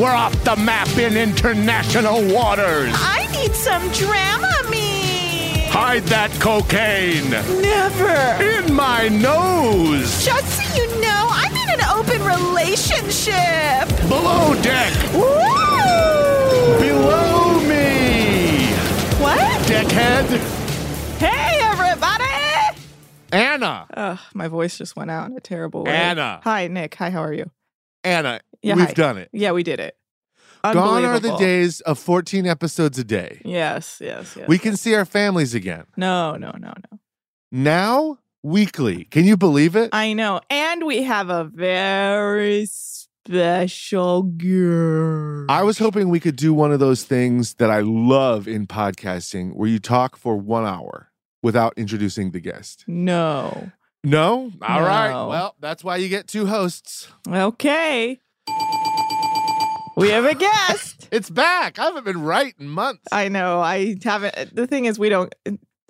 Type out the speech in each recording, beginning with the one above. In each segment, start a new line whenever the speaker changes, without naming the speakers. We're off the map in international waters.
I need some Dramamine.
Hide that cocaine
Never.
in my nose.
Just so you know, I'm in an open relationship.
Below deck,
Woo!
below me.
What?
Deckhead,
Hey, everybody.
Anna.
Ugh, my voice just went out in a terrible way.
Anna.
Hi, Nick. Hi, how are you?
Anna,
Yeah,
we've
hi.
done it.
Yeah, we did it.
Gone are the
Unbelievable.
days of 14 episodes a day.
Yes, yes, yes.
We can see our families again.
No, no, no, no.
Now, weekly. Can you believe it?
I know. And we have a very special girl.
I was hoping we could do one of those things that I love in podcasting where you talk for one hour without introducing the guest.
No.
No? All right.
No.
Well, that's why you get two hosts.
Okay. We have a guest.
It's back. I haven't been right in months.
I know. I haven't. The thing is, we don't.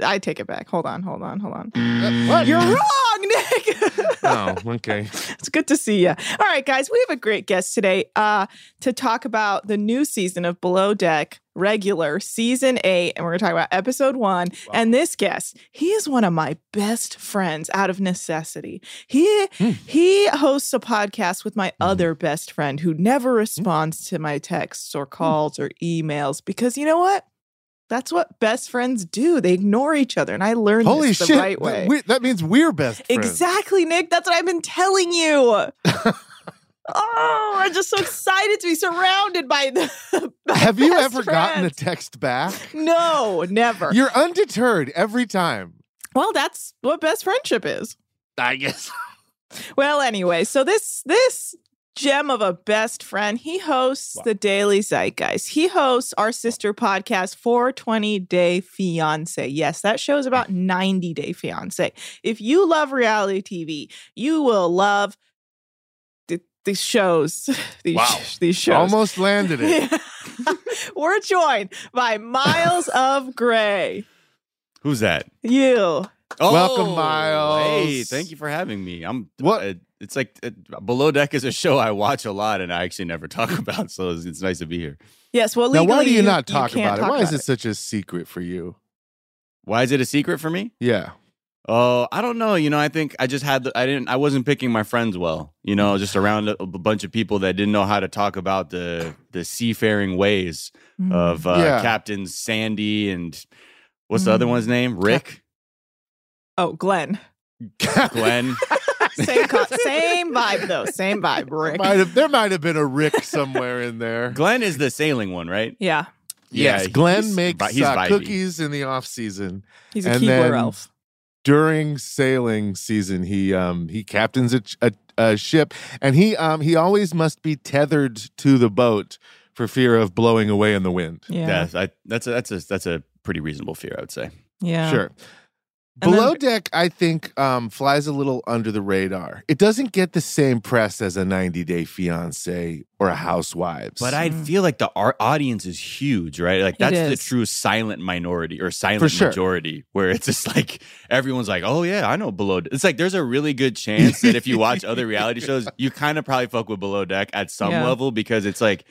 I take it back. Hold on, hold on, hold on.
Uh, what?
You're wrong, Nick.
Oh, okay.
It's good to see you. All right, guys, we have a great guest today uh, to talk about the new season of Below Deck regular season eight. And we're going to talk about episode one. And this guest, he is one of my best friends out of necessity. He
Hmm.
he hosts a podcast with
Mm-hmm.
my other best friend who never
Hmm.
responds to my texts or calls or emails because you know what? That's what best friends do. They ignore each other. And I learned
Holy
this the
shit.
right
Th-
way.
we- that means we're best friends.
Exactly, Nick. That's what I've been telling you. oh, I'm just so excited to be surrounded by the. my
Have you
best
ever gotten a
friends.
text back?
no, never.
You're undeterred every time.
well, that's what best friendship is.
I guess.
Well, anyway, so this this gem of a best friend, he hosts the Daily Zeitgeist. He hosts our sister podcast 420 Day Fiance. Yes, that show is about
Mm-hmm.
90 Day Fiance. If you love reality TV, you will love th- these shows. These
Wow.
these shows.
Almost landed it.
We're joined by Miles of Gray.
Who's that? Oh,
You.
Welcome, Miles.
Hey, thank you for having me. I'm
What-
uh, it's like uh, Below Deck is a show I watch a lot and I actually never talk about, so it's, it's nice to be here.
Yes, well,
Now,
legally,
why do you, not talk
can't
about it? Why is
about
it such a secret for you?
Why is it a secret for me?
Yeah.
Oh, I don't know. You know, I think I just had the, I didn't I wasn't picking my friends well. You know, just around a, a bunch of people that didn't know how to talk about the the seafaring ways of uh,
Yeah.
Captain Sandy and what's the other
Mm.
one's name? Rick,
Oh, Glenn.
Glenn.
Same, co- same vibe though. Same vibe, Rick.
Might have, there might have been a Rick somewhere in there.
Glenn is the sailing one, right?
Yeah,
yes, Glenn
he's-
makes
he's
uh,
vibey.
cookies in the off season.
he's a
And
Keebler
then-
elf.
during sailing season he um he captains a, ch- a, a ship and he um he always must be tethered to the boat for fear of blowing away in the wind
Yeah,
Yeah, I, that's a that's a that's a pretty reasonable fear, I would say.
yeah.
sure
And
below
then-
deck i think um flies a little under the radar it doesn't get the same press as a 90 day fiance or a housewives
But I feel like the ar- audience is huge, right? Like
Mm. It
that's the
is.
true silent minority or
For
silent
sure.
majority, where it's just like everyone's like, "Oh yeah, I know Below." Deck." It's like there's a really good chance that if you watch other reality shows, you kind of probably fuck with Below Deck at some
Yeah.
level because it's like,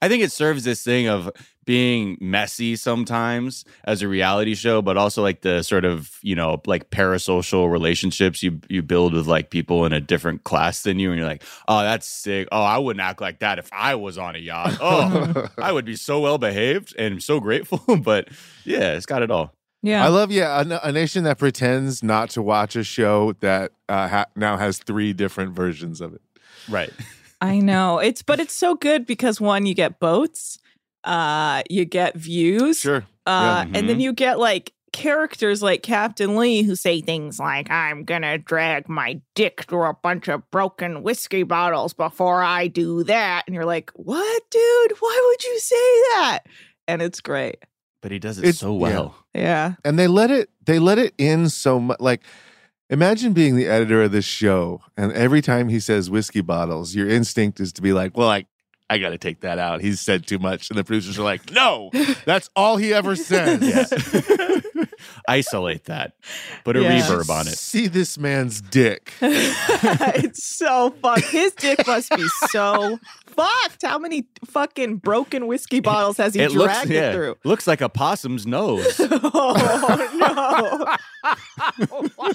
I think it serves this thing of being messy sometimes as a reality show, but also like the sort of you know like parasocial relationships you you build with like people in a different class than you, and you're like, oh, that's sick. Oh, I wouldn't act like that if I was on a yacht. Oh, I would be so well behaved and so grateful. But yeah, it's got it all.
Yeah,
I love, yeah, a, a nation that pretends not to watch a show that uh, ha- now has three different versions of it.
Right.
I know. It's but it's so good because one, you get boats, uh, you get views,
Sure. Mm-hmm.
uh,
yeah.
and then you get like characters like Captain Lee who say things like, "I'm gonna drag my dick through a bunch of broken whiskey bottles before I do that," and you're like, "What, dude? Why would you say that?" And it's great.
But he does it
It's-
so
yeah.
well.
Yeah.
and they let it they let it in so much like imagine being the editor of this show and every time he says whiskey bottles your instinct is to be like well i i gotta take that out he's said too much and the producers are like no that's all he ever says
Yeah. Isolate that. Put a
Yeah.
reverb on it.
see this man's dick
it's so fucked. His dick must be so fucked. How many fucking broken whiskey bottles has he
It
dragged
looks,
it
yeah,
through?
looks like a possum's nose.
Oh no.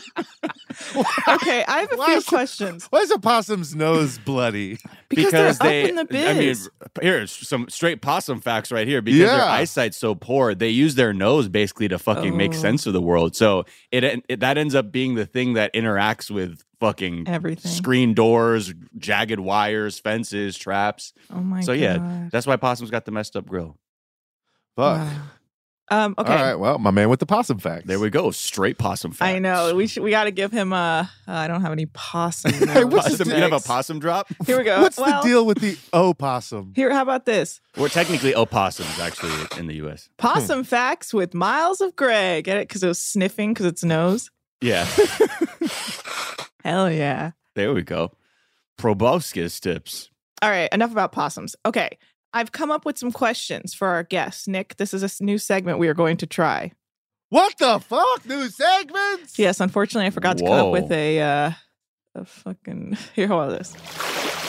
okay, I have a
Why
few
is-
questions.
why is a possum's nose bloody
Because, they're up in the
I mean,
biz.
here's some straight possum facts right here. Because their
Yeah.
eyesight's so poor, they use their nose basically to fucking make
Oh.
sense of the world. So it, it that ends up being the thing that interacts with fucking
Everything.
screen doors, jagged wires, fences, traps.
oh my
so
god.
yeah, that's why possums got the messed up grill.
fuck
Um okay.
all right well Oh, my man with the possum facts
There we go, straight possum facts.
I know. We should, we got to give him a uh, I don't have any possum.
Hey, what's
notes.
Possum, you have a possum drop?
Here we go.
what's
Well,
the deal with the opossum
Here, how about this?
We're technically opossums actually in the U.S.
Possum
Hmm.
facts with Miles of Gray. Get it? Because it was sniffing because its nose.
Yeah,
Hell yeah.
there we go. Proboscis tips.
All right, enough about possums. Okay, I've come up with some questions for our guests. Nick, this is a s- new segment we are going to try.
what the fuck new segments
Yes, unfortunately, I forgot to come
Whoa.
up with a, uh, a fucking. Here, hold on this.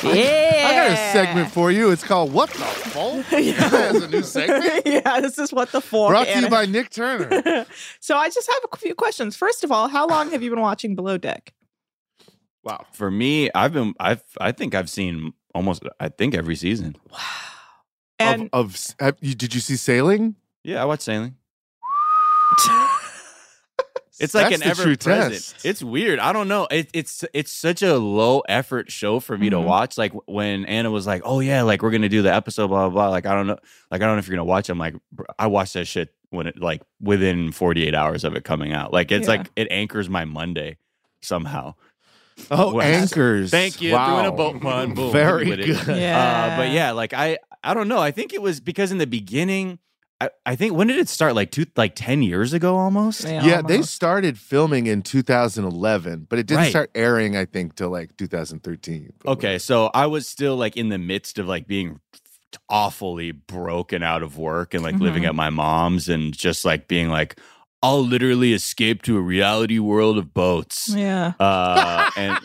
I got a segment for you. It's called What the Fuck?
Yeah.
That's a new segment.
yeah, this is what the fork.
Brought to you
and-
by Nick Turner.
so I just have a few questions. First of all, how long have you been watching Below Deck?
Wow.
For me, I've been I've I think I've seen almost I think every season.
Wow. And
of, of s- have you, did you see sailing?
Yeah, I watch sailing. It's like
That's
an
the true
ever present.
test.
It's weird. I don't know. It, it's it's such a low effort show for me to
Mhm.
watch. Like when Anna was like, "Oh yeah, like we're gonna do the episode," blah blah. blah. Like I don't know. Like I don't know if you're gonna watch. it. I'm like, br- I watched that shit when it like within 48 hours of it coming out. Like it's
Yeah.
like it anchors my Monday somehow.
oh,
Wow.
anchors.
Thank you.
Wow.
Doing a boat pun. Boom.
Very
With it.
good.
Uh, but yeah, like I, I don't know. I think it was because in the beginning, I, I think when did it start? Like two, like ten years ago, almost.
Yeah, they started filming in 2011, but it didn't
Right.
start airing, I think, till like 2013. probably.
Okay, so I was still like in the midst of like being awfully broken out of work and like living
Mhm.
at my mom's and just like being like, I'll literally escape to a reality world of boats.
yeah.
Uh, and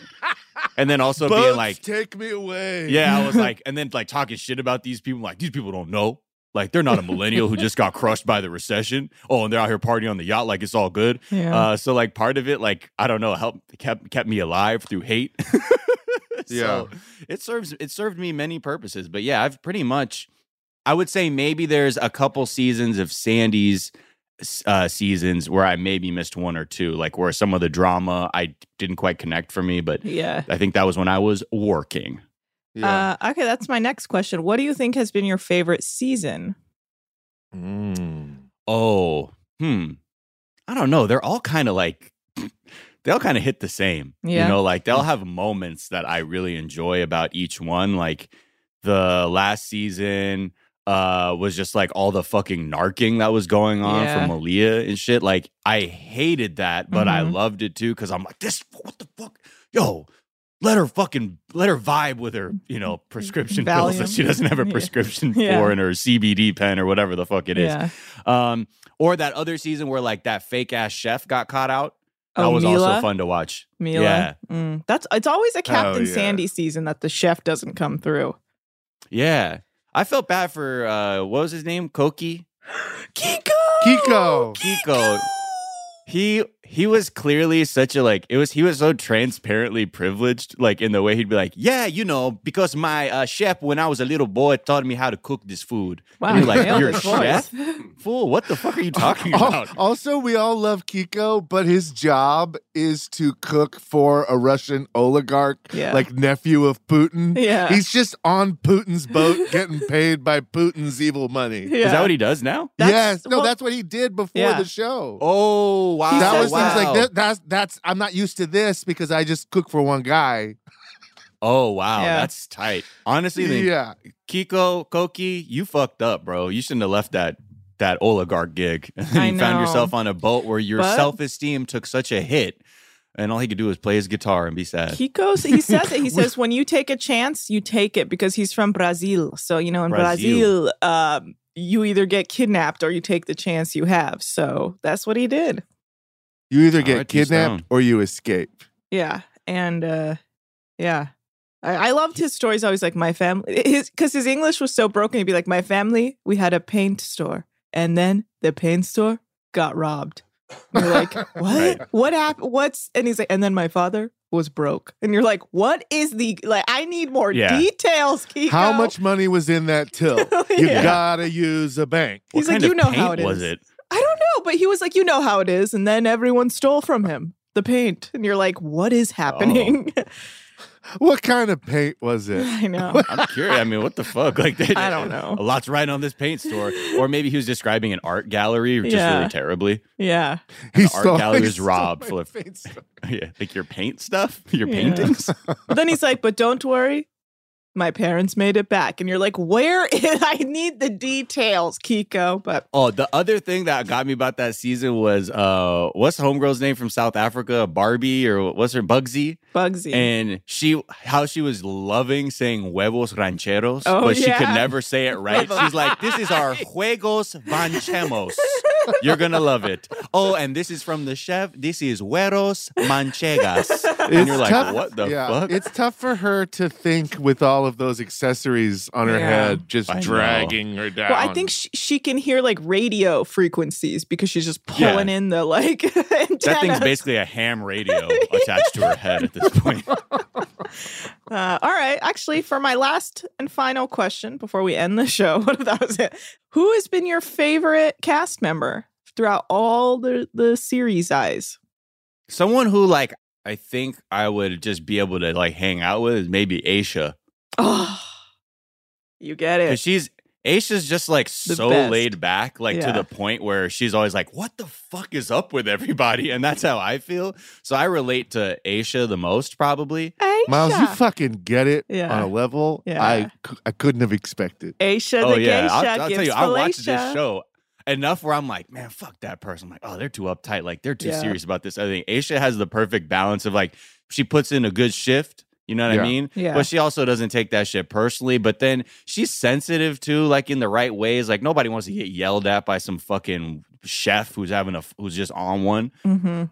and then also being
Boats,
like,
take me away.
Yeah, I was like, and then like talking shit about these people. Like, these people don't know. Like, they're not a millennial who just got crushed by the recession. Oh, and they're out here partying on the yacht like it's all good.
Yeah.
Uh, so like part of it, like I don't know, helped kept kept me alive through hate.
Yeah.
So it serves it served me many purposes. But yeah, I've pretty much, I would say maybe there's a couple seasons of Sandy's s- uh, seasons where I maybe missed one or two, like where some of the drama I didn't quite connect for me. But
Yeah.
I think that was when I was working.
Uh, okay, that's my next question. What do you think has been your favorite season?
Mm.
Oh, hmm. I don't know. They're all kind of like they all kind of hit the same.
Yeah. Hmm.
You know, like they'll have moments that I really enjoy about each one. Like the last season uh was just like all the fucking narking that was going on
Yeah.
from Malia and shit. Like I hated that, but I
Mhm.
loved it too because I'm like, this what the fuck? Yo, let her fucking let her vibe with her, you know, prescription pills that
Valium.
she doesn't have a
Yeah.
prescription
Yeah.
for and her CBD pen or whatever the fuck it is.
yeah.
Um, or that other season where like that fake ass chef got caught out. That
Oh,
was
Mila?
also fun to watch.
Mila.
Yeah. Oh,
Mm. That's it's always a Captain
yeah.
Sandy season that the chef doesn't come through.
Yeah. I felt bad for uh what was his name? Koki?
Kiko.
Kiko.
Kiko. He he was clearly such a like it was he was so transparently privileged, like in the way he'd be like, Yeah, you know, because my uh, chef when I was a little boy taught me how to cook this food.
Wow,
and you're like,
nailed
You're a
his voice.
chef? Fool, what the fuck are you talking
Al-
about?
Oh, Also, we all love Kiko, but his job is to cook for a Russian oligarch,
Yeah.
like nephew of Putin.
Yeah.
He's just on Putin's boat getting paid by Putin's evil money.
Yeah.
Is that what he does now?
That's-
yes. No,
well-
that's what he did before
Yeah.
the show.
Oh wow.
that was
wow.
things like that, that's that's I'm not used to this because I just cook for one guy.
Oh wow,
Yeah.
that's tight. Honestly, the
Yeah.
Kiko, Koki, you fucked up, bro. You shouldn't have left that that oligarch gig. you
I know.
found yourself on a boat where your
But-
self esteem took such a hit, and all he could do was play his guitar and be sad.
Kiko, s- he says it. He says, when you take a chance, you take it because he's from Brazil. So, you know, in Brazil,
Brazil.
um, you either get kidnapped or you take the chance you have. So that's what he did.
You either get
R.I.P.
kidnapped
Stone.
or you escape.
Yeah. And uh, yeah. I, I loved his stories. Always like my family, his because his English was so broken. He'd be like, "My family, we had a paint store, and then the paint store got robbed." And you're like, "What? What happened? What's?" And he's like, "And then my father was broke." And you're like, "What is the like? I need more
Yeah.
details, Kiko."
How much money was in that till? You
Yeah.
gotta use a bank.
What
he's like,
kind
"You
of
know how
paint
it
was
is."
it?
I don't know, but he was like, "You know how it is." And then everyone stole from him the paint, and you're like, "What is happening?"
Oh. What kind of paint was it?
I know.
I'm curious. I mean, what the fuck? Like, they,
I don't know.
A lot's right on this paint store, or maybe he was describing an art gallery just
Yeah.
really terribly.
Yeah.
He
art
saw-
gallery
he
was
saw
robbed
my
full of-
paint store.
yeah, like your paint stuff, your
Yeah.
paintings.
But then he's like, but don't worry. My parents made it back. And you're like, where is I need the details, Kiko. But
Oh, the other thing that got me about that season was uh, what's homegirl's name from South Africa, Barbie, or what's her Bugsy?
Bugsy.
And she, how she was loving saying huevos rancheros,
Oh,
but she could
yeah.
never say it right. She's like, this is our huegos ranchemos. You're gonna love it. Oh, and this is from the chef. This is hueros manchegas. and you're like,
tough-
what the
yeah,
fuck?
It's tough for her to think with all of those accessories on her
Yeah.
head, just
I know.
dragging her down.
well, I think she, she can hear like radio frequencies because she's just
Yeah.
pulling in the like antennas.
that thing's basically a ham radio attached to her head at this point.
Uh, all right. Actually, for my last and final question before we end the show, what if that was it? Who has been your favorite cast member throughout all the, the series eyes?
Someone who like I think I would just be able to like hang out with is maybe Aisha.
Oh, you get it.
Because she's Aisha's just like
The
so
best.
laid back, like
Yeah.
to the point where she's always like, What the fuck is up with everybody? And that's how I feel. So I relate to Aisha the most, probably.
Miles, you
Aisha.
fucking get it
Yeah.
on a level
Yeah.
I cou- I couldn't have expected.
Aisha
oh
the
yeah.
Geisha
I'll, I'll
gives
tell you, I watched
fellatio.
this show enough where I'm like, man, fuck that person. I'm like, oh, they're too uptight. Like they're too
Yeah.
serious about this. I think Aisha has the perfect balance of like she puts in a good shift. You know what
Yeah.
I mean?
Yeah.
But she also doesn't take that shit personally. But then she's sensitive too, like in the right ways. Like nobody wants to get yelled at by some fucking chef who's having a who's just on one
Mm-hmm.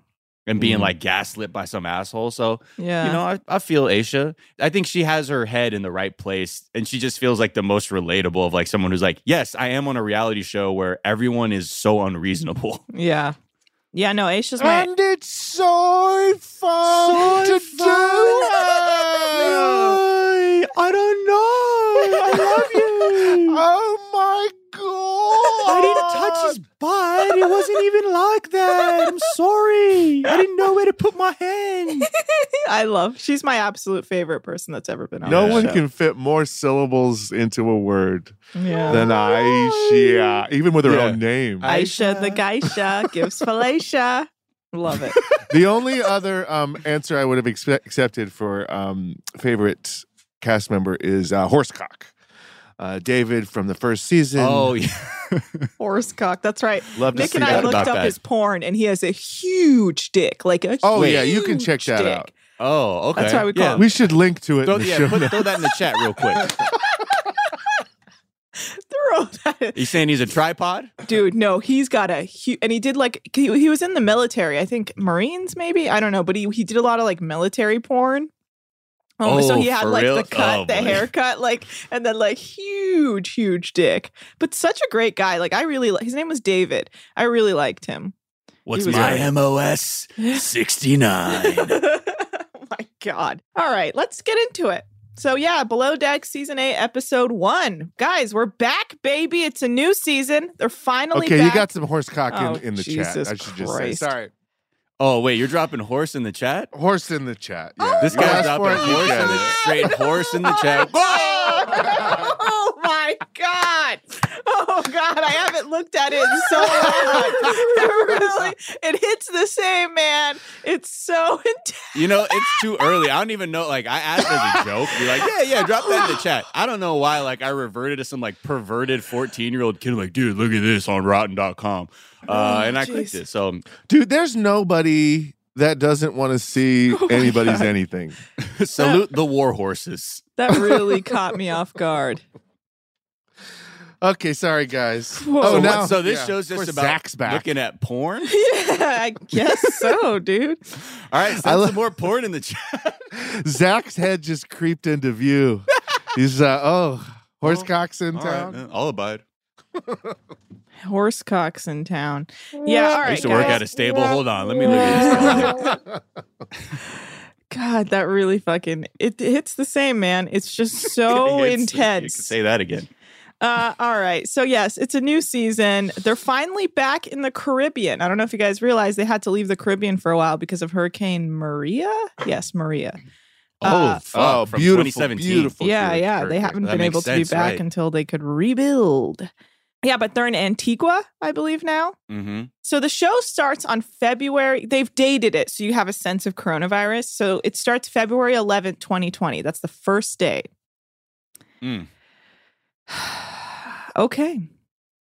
and being
Mhm.
like gaslit by some asshole. So
Yeah.
you know, I, I feel Aisha. I think she has her head in the right place and she just feels like the most relatable of like someone who's like, yes, I am on a reality show where everyone is so unreasonable.
yeah. Yeah, no, Aisha's my
And it's so fun
So
to do. it.
I don't know.
oh my god!
butt. It it wasn't even like that. I'm sorry. I didn't know where to put my hand.
I love. She's my absolute favorite person that's ever been on.
No
this
one
show.
can fit more syllables into a word
Yeah.
than Aisha, even with her
Yeah.
own name.
Aisha the Geisha gives Felicia. Love it.
the only other um, answer I would have expe- accepted for um, favorite cast member is uh, Horsecock. Uh, David from the first season.
Oh yeah.
Horsecock. That's right.
love to
Nick
see
and I
that.
looked up
about that.
his porn, and he has a huge dick. Like a
Oh, yeah, you can
huge
check that
dick.
out.
Oh, okay.
That's why we call
yeah.
him
we should link to it.
Throw,
in the
yeah,
show
put,
notes.
throw that in the chat real quick.
Throw that-
He's saying he's a tripod.
Dude, no, he's got a huge, and he did like he, he was in the military. I think Marines, maybe I don't know, but he he did a lot of like military porn. so
Oh,
he had
for
like
real?
the cut,
Oh,
the
boy.
haircut, like, and then like huge, huge dick. But such a great guy. Like I really, li- his name was David. I really liked him.
What's
was
my
right.
MOS? 69.
oh my god! All right, let's get into it. So yeah, Below Deck season eight, episode one, guys, we're back, baby. It's a new season. They're finally
Okay,
back.
you got some horsecock in,
Oh,
in the chat.
Jesus
I should just say.
Christ.
Sorry.
oh, wait, you're dropping horse in the chat?
Horse in the chat. Yeah.
This
You
guy's
asked
dropping
for it, you
horse
get
in the
it.
straight horse in the chat.
oh my god! Oh god! I haven't looked at it in so long. It really, it hits the same, man. It's so intense.
You know, it's too early. I don't even know. Like, I asked as a joke. You're like, yeah, yeah, drop that in the chat. I don't know why. Like, I reverted to some like perverted 14 year old kid. Like, dude, look at this on Rotten.com. Uh, and I clicked
jeez.
it. So,
Dude, there's nobody that doesn't want to see
Oh
anybody's anything.
salute the war horses.
That really caught me off guard.
Okay, sorry guys.
So
Oh,
So,
what-
now
what, so this
yeah.
show's just
Poor
about
Zach's back.
looking at porn.
Yeah, I guess so, dude.
All right,
I
send
lo-
some more porn in the chat.
Zach's head just creeped into view. He's uh, oh, horsecock's in
All
town.
right, uh, man, I'll abide.
Horse cocks in town. Yeah, all right.
I used to
guys.
work at a stable. Hold on, let me look at this.
God, that really fucking it hits the same, man. It's just
It's-
so
You
intense.
could say that again.
Uh, all right. So, yes, it's a new season. They're finally back in the Caribbean. I don't know if you guys realize they had to leave the Caribbean for a while because of Hurricane Maria. Yes, Maria. Uh,
fuck,
oh,
from
beautiful,
2017.
beautiful.
yeah,
Hurricane-
yeah. They haven't
That
been
makes
able
sense,
to be back
right.
until they could rebuild. Yeah, but they're in Antigua, I believe, now.
Mm-hmm.
So the show starts on February. They've dated it, so you have a sense of coronavirus. So it starts February 11th, 2020. That's the first day.
Mm.
okay.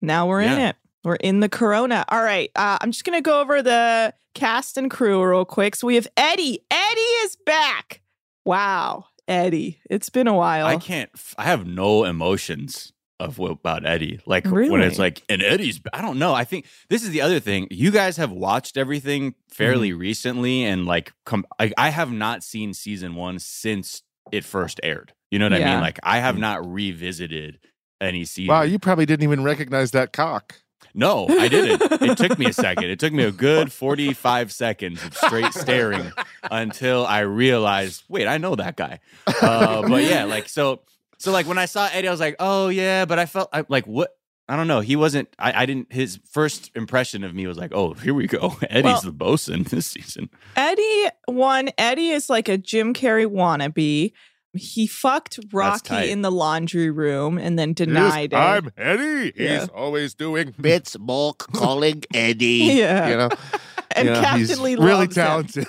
Now we're in
Yeah.
it. We're in the corona. All right. Uh, I'm just going to go over the cast and crew real quick. So we have Eddie. Eddie is back. Wow. Eddie. It's been a while.
I can't. f- I have no emotions of what about Eddie. Like when
Really?
it's like, and Eddie's. I don't know. I think this is the other thing. You guys have watched everything
Mm-hmm.
fairly recently, and like, com- I, I have not seen season one since it first aired. You know what I
Yeah. Mm.
mean? Like, I have not revisited any season.
Wow, you probably didn't even recognize that cock.
No, I didn't. It took me a second. It took me a good 45 seconds of straight staring until I realized, wait, I know that guy. Uh, but yeah, like, so, so like when I saw Eddie, I was like, oh yeah, but I felt I, like, what? I don't know. He wasn't, I, I didn't, his first impression of me was like, oh, here we go. Eddie's
Well-
the bosun this season.
Eddie one. Eddie is like a Jim Carrey wannabe. He fucked
tight.
Rocky in the laundry room and then denied it.
I'm Eddie.
Yeah.
He's always doing
It's Bulk calling Eddie.
yeah,
you know.
and
you know,
Captain
he's
Lee
really
loves him.
talented.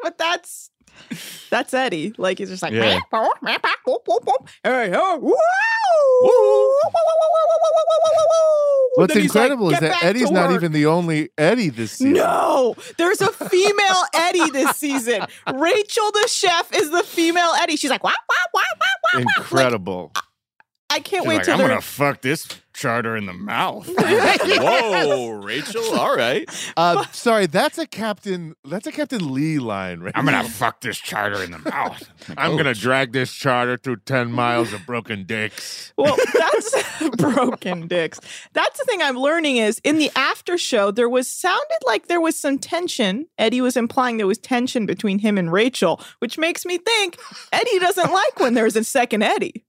but that's that's Eddie. Like he's just like,
Yeah.
hey, oh, woo! And
What's
then he's like,
incredible
"Get
is that
back
Eddie's
to
not
work."
even the only Eddie this season.
No, there's a female Eddie this season. Rachel the chef is the female Eddie. She's like, wow, wow, wow, wow, wow.
Incredible.
I can't
She's
wait
like,
till
I'm
they're
going to fuck this charter in the mouth. Whoa, Rachel. All right.
Uh, sorry, that's a Captain. That's a Captain Lee line, right?
I'm gonna fuck this charter in the mouth.
I'm gonna drag this charter through ten miles of broken dicks.
Well, that's broken dicks. That's the thing I'm learning is in the after show, there was sounded like there was some tension. Eddie was implying there was tension between him and Rachel, which makes me think Eddie doesn't like when there's a second Eddie.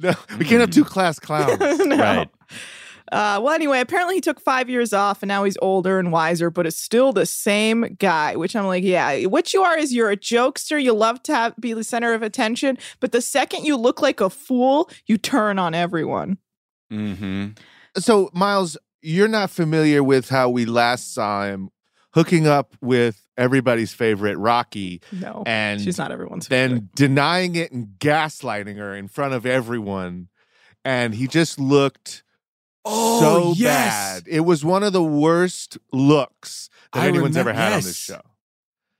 No, we can't have two class clowns.
No.
Right.
Uh, well, anyway, apparently he took five years off and now he's older and wiser, but it's still the same guy, which I'm like, yeah, what you are is you're a jokester. You love to have, be the center of attention. But the second you look like a fool, you turn on everyone.
Mm-hmm.
So, Miles, you're not familiar with how we last saw him hooking up with everybody's favorite Rocky
No.
and
she's not everyone's
then
favorite.
denying it and gaslighting her in front of everyone. And he just looked
Oh,
so bad. It was one of the worst looks that
I
anyone's
remem-
ever had on this
yes.
show.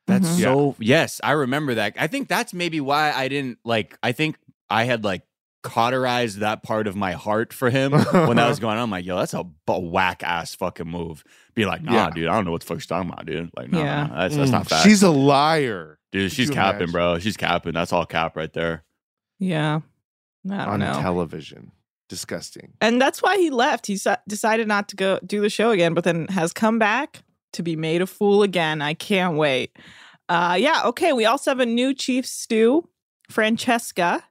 That's
Mm-hmm.
Mhm.
so yes, I remember that. I think that's maybe why I didn't like I think I had like cauterized that part of my heart for him when that was going on. I'm like, yo, that's a whack ass fucking move. Be like, nah,
Yeah.
dude, I don't know what the fuck you're talking about, dude. Like, nah,
Yeah.
nah, that's, that's not
Mm,
fact.
She's a liar.
dude,
Could
she's
you
capping,
imagine?
bro. She's capping. That's all cap right there.
Yeah. I don't
on
know.
television. Disgusting.
and that's why he left. He sa- decided not to go do the show again, but then has come back to be made a fool again. I can't wait. Uh, yeah, okay. We also have a new chief stew, Francesca.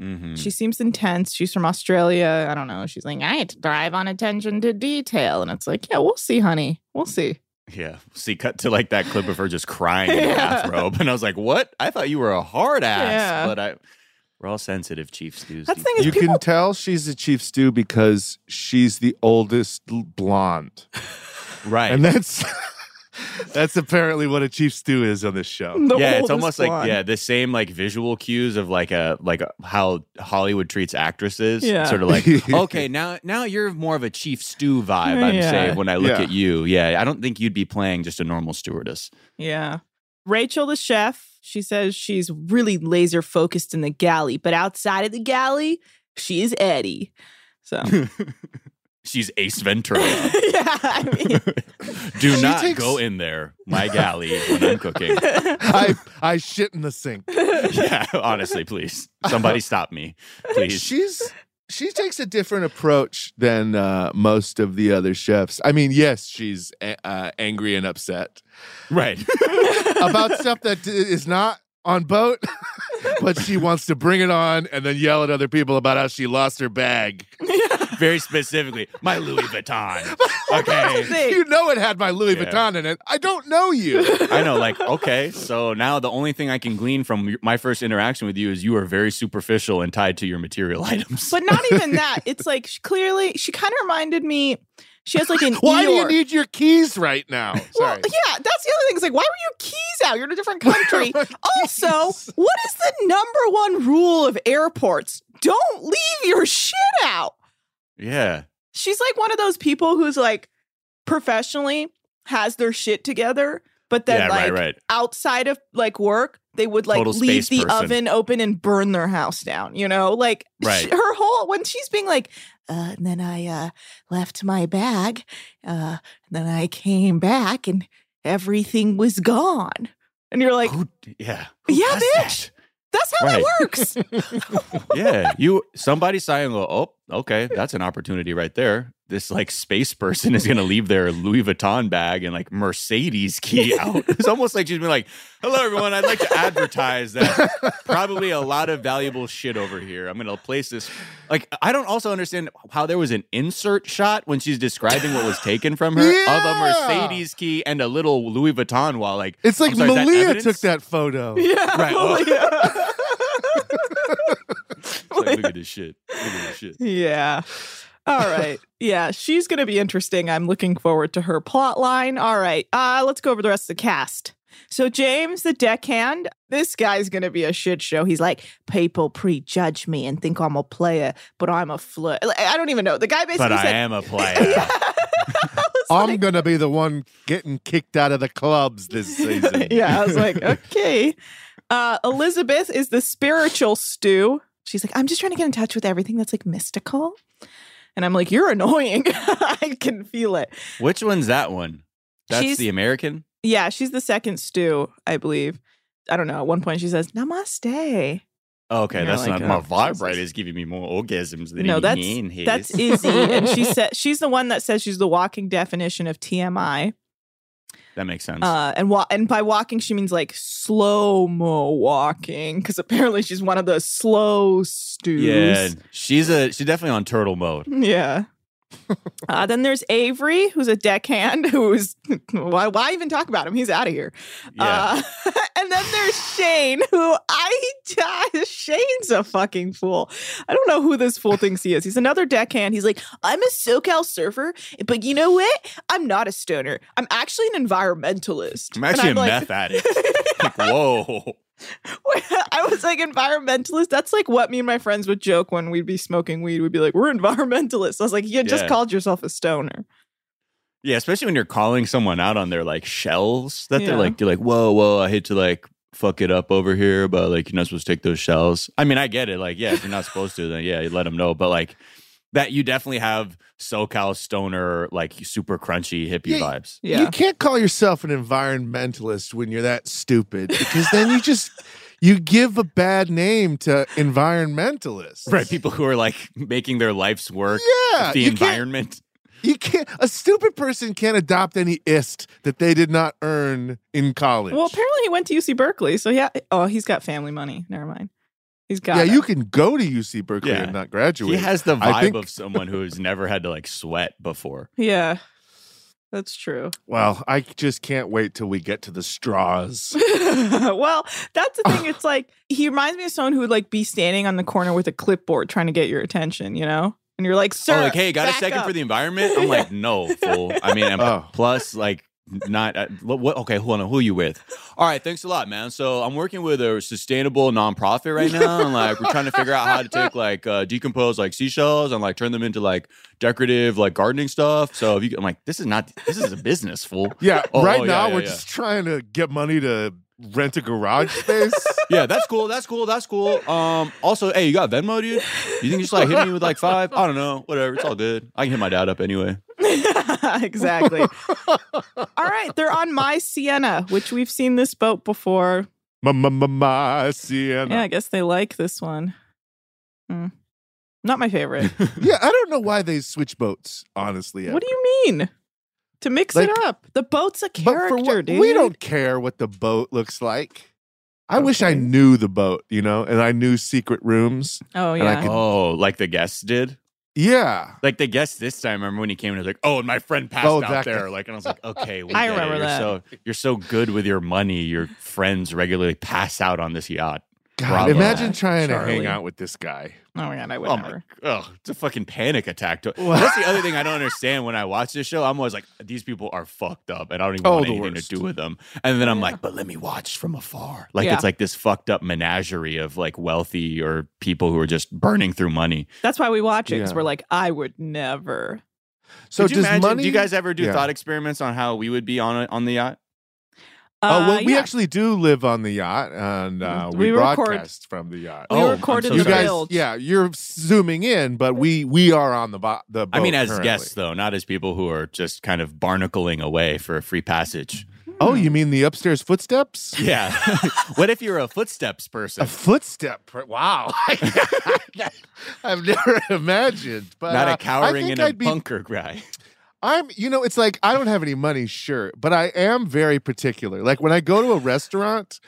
Mm-hmm.
She seems intense. She's from Australia. I don't know. She's like, I thrive on attention to detail. And it's like, yeah, we'll see, honey. We'll see.
Yeah. See, cut to like that clip of her just crying in
Yeah.
the bathrobe. And I was like, what? I thought you were a hard ass.
Yeah.
But I we're all sensitive, Chief Stews.
That's the thing is,
you
people
can tell she's the chief stew because she's the oldest l- blonde,
right.
and that's that's apparently what a chief stew is on this show.
the
yeah, it's
oldest
almost
blonde.
like yeah, the same like visual cues of like a like a, how Hollywood treats actresses. It's
Yeah.
Sort of like okay, now now you're more of a chief stew vibe. I'm
Yeah.
saying when I look
Yeah.
at you, yeah, I don't think you'd be playing just a normal stewardess.
Yeah. Rachel, the chef, she says she's really laser focused in the galley, but outside of the galley, she is Eddie. So, yeah,
She's Ace Ventura.
I mean,
Do
She
not
takes-
go in there, my galley, when I'm cooking.
I I shit in the sink.
yeah, honestly, please, somebody stop me, please.
She's she takes a different approach than uh, most of the other chefs. I mean, yes, she's a- uh, angry and upset
Right.
about stuff that d- is not on boat, but she wants to bring it on and then yell at other people about how she lost her bag.
Very specifically, my Louis Vuitton.
That's the
Okay.
thing.
You know it had my Louis
Yeah.
Vuitton in it. I don't know you.
I know, like, okay, so now the only thing I can glean from y- my first interaction with you is you are very superficial and tied to your material items.
But not even that. It's like she clearly, she kind of reminded me. She has like an.
Why do you
Eeyore.
need your keys right now?
Well,
Sorry.
yeah, that's the other thing. It's like, why were you keys out? You're in a different country.
Where are my
also,
keys?
what is the number one rule of airports? Don't leave your shit out.
yeah.
She's like one of those people who's like professionally has their shit together, but then
Yeah, right,
like
right.
outside of like work, they would like
Total
leave
space
the
person.
oven open and burn their house down, you know? Like sh-
Right.
her whole when she's being like, uh, and then I uh left my bag, uh, and then I came back and everything was gone. And you're like,
Who, yeah.
Yeah,
does
bitch. that's how
Right.
that works.
that? Yeah. You somebody saw you and go, oh, okay, that's an opportunity right there. This like space person is gonna leave their Louis Vuitton bag and like Mercedes key out. It's almost like she's been like, "Hello, everyone. I'd like to advertise that probably a lot of valuable shit over here. I'm gonna place this Like, I don't also understand how there was an insert shot when she's describing what was taken from her of a
Yeah.
Mercedes key and a little Louis Vuitton while like
It's like
I'm sorry, is that
Malia
evidence?
took that photo.
yeah.
Right, oh.
yeah.
It's like, look at this shit. Look at this shit.
Yeah. All right. Yeah, she's going to be interesting. I'm looking forward to her plot line. All right. Uh, let's go over the rest of the cast. So, James, the deckhand, this guy's going to be a shit show. He's like, people prejudge me and think I'm a player, but I'm a flirt. Like, I don't even know. The guy basically
But I
said,
am a player.
I'm gonna be the one getting kicked out of the clubs this season.
yeah, I was like, okay. Uh, Elizabeth is the spiritual stew. She's like, I'm just trying to get in touch with everything that's like mystical. And I'm like, you're annoying. I can feel it.
Which one's that one? That's
She's-
the American?
Yeah, she's the second stew, I believe. I don't know. At one point, she says, Namaste.
Okay,
Yeah,
that's
like,
not
uh,
my
Jesus.
vibrator is giving me more orgasms than
No,
no,
that's-
in his.
That's Izzy. and she said she's the one that says she's the walking definition of TMI.
that makes sense.
Uh, and wa- and by walking, she means like slow mo walking, because apparently she's one of the slow stews.
yeah, she's a she's definitely on turtle mode.
Yeah. Uh, then there's Avery, who's a deckhand, who's why, why even talk about him? He's out of here.
Yeah.
Uh, and then there's Shane, who I Shane's a fucking fool. I don't know who this fool thinks he is. He's another deckhand. He's like, I'm a SoCal surfer, but you know what? I'm not a stoner. I'm actually an environmentalist.
I'm
And
actually a
like-
meth addict. Like, whoa.
I was like environmentalist. That's like what me and my friends would joke when we'd be smoking weed. We'd be like, "We're environmentalists." I was like, "You just
Yeah.
called yourself a stoner."
Yeah, especially when you're calling someone out on their like shells that
Yeah.
they're like, you're like, whoa, whoa, I hate to like fuck it up over here, but like you're not supposed to take those shells. I mean, I get it. Like, yeah, if you're not supposed to, then yeah, you let them know. But like that, you definitely have SoCal stoner, like super crunchy hippie
Yeah.
vibes.
Yeah.
You can't call yourself an environmentalist when you're that stupid because then you just you give a bad name to environmentalists.
Right, people who are like making their life's work,
Yeah,
with the
you can't-
environment.
You can't a stupid person can't adopt any ist that they did not earn in college.
Well, apparently he went to UC Berkeley, so yeah. Oh, he's got family money. Never mind. He's got.
yeah,
it.
you can go to UC Berkeley
Yeah.
and not
He
graduate.
has the
I
vibe
think-
of someone who's never had to like sweat before.
Yeah, that's true.
well, I just can't wait till we get to the straws.
well, that's the thing. It's like he reminds me of someone who would like be standing on the corner with a clipboard trying to get your attention. You know, and you're like, "Sir,
oh, like, hey, got a
back
second
up."
for the environment? I'm like, no, fool. I mean, I'm,
Oh.
plus, like, not uh, what, what? Okay, hold on. Who are you with? All right, thanks a lot, man. So I'm working with a sustainable nonprofit right now, and like we're trying to figure out how to take like uh, decompose like seashells and like turn them into like decorative like gardening stuff. So if you, I'm like, this is not this is a business, fool.
Yeah,
Oh,
right
oh, yeah,
now
yeah,
we're
yeah.
just trying to get money to rent a garage space.
Yeah, that's cool. That's cool. That's cool. Um, also, hey, you got Venmo, dude? You think you just like hit me with like five? I don't know. Whatever. It's all good. I can hit my dad up anyway.
exactly. All right, they're on my Sienna, which we've seen this boat before.
my, my, my, my Sienna.
Yeah, I guess they like this one. Hmm. Not my favorite.
Yeah, I don't know why they switch boats, honestly.
What do you mean? To mix it
Like-
up. The boat's a
but
character,
for what,
dude.
we don't care what the boat looks like. I wish I knew the boat, you know, and I knew secret rooms.
Oh
And I
yeah.
could-
Oh, like the guests did?
Yeah.
Like the guest this time, I remember when he came and he was like, "Oh, and my friend passed
Oh,
out
that
there."
guy.
Like, and I was like, "Okay, we
I
get it.
remember
you're
that.
So you're so good with your money. Your friends regularly pass out on this yacht.
God,
Bravo.
imagine trying to
Charlie.
hang out with this guy.
oh my god, I would
Oh my,
never.
oh, it's a fucking panic attack. To- That's the other thing I don't understand when I watch this show. I'm always like, these people are fucked up, and I don't even
Oh,
want
the
anything
worst.
to do with them. And then I'm like, but let me watch from afar. Like
Yeah.
it's like this fucked up menagerie of like wealthy or people who are just burning through money.
That's why we watch it because
Yeah.
we're like, I would never.
So
Could you
does
imagine-
money?
Do you guys ever do
Yeah.
thought experiments on how we would be on a, on the yacht?
Uh, well, we
yeah. Mm-hmm.
actually do live on the yacht, and uh,
We
we,
record-
broadcast from the yacht.
we
Oh, I'm
recorded
so
the
you guys,
build.
yeah, you're zooming in, but we we are on the bo- the.
I mean,
boat
as
currently.
guests, though, not as people who are just kind of barnacling away for a free passage.
Oh, you mean the upstairs footsteps?
Hmm. Yeah. what if you're a footsteps person?
A footstep. per- Wow, I've never imagined. But
not
uh,
a cowering
I
in
think
a
I'd be,
bunker guy.
I'm, you know, it's like I don't have any money, sure, but I am very particular. Like when I go to a restaurant,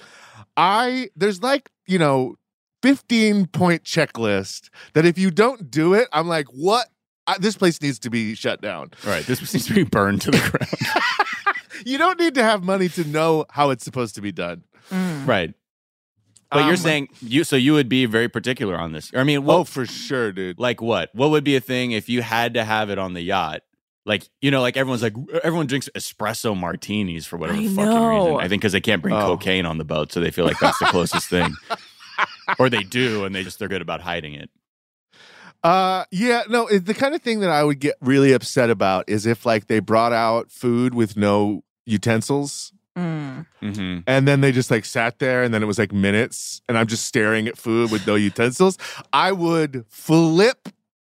I there's like you know, fifteen point checklist that if you don't do it, I'm like, what? I, this place needs to be shut down.
All right. This seems to be burned to the ground.
You don't need to have money to know how it's supposed to be done.
right. But
Um,
you're saying you, so you would be very particular on this. I mean, what,
oh, for sure, dude.
like what? What would be a thing if you had to have it on the yacht? Like, you know, like everyone's like, everyone drinks espresso martinis for whatever
I
fucking
know.
reason. I think because they can't bring
Oh.
cocaine on the boat. So they feel like that's the closest thing. Or they do, and they just, they're good about hiding it.
Uh, yeah, no, it, the kind of thing that I would get really upset about is if like they brought out food with no utensils
Mm.
Mm-hmm.
and then they just like sat there and then it was like minutes and I'm just staring at food with no utensils. I would flip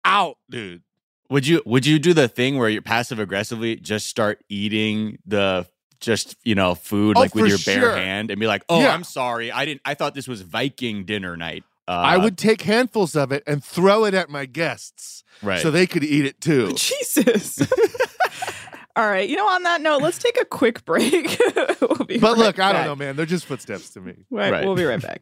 out, dude.
Would you would you do the thing where you passive aggressively just start eating the just you know food
Oh,
like with
for
your bare
sure.
hand and be like, oh,
Yeah.
I'm sorry, I didn't. I thought this was Viking dinner night. Uh,
I would take handfuls of it and throw it at my guests
right.
so they could eat it too.
Jesus. All right. You know, on that note, let's take a quick break. we'll be
But
right
look, I don't
back.
know, man. They're just footsteps to me.
Right,
Right.
We'll be right back.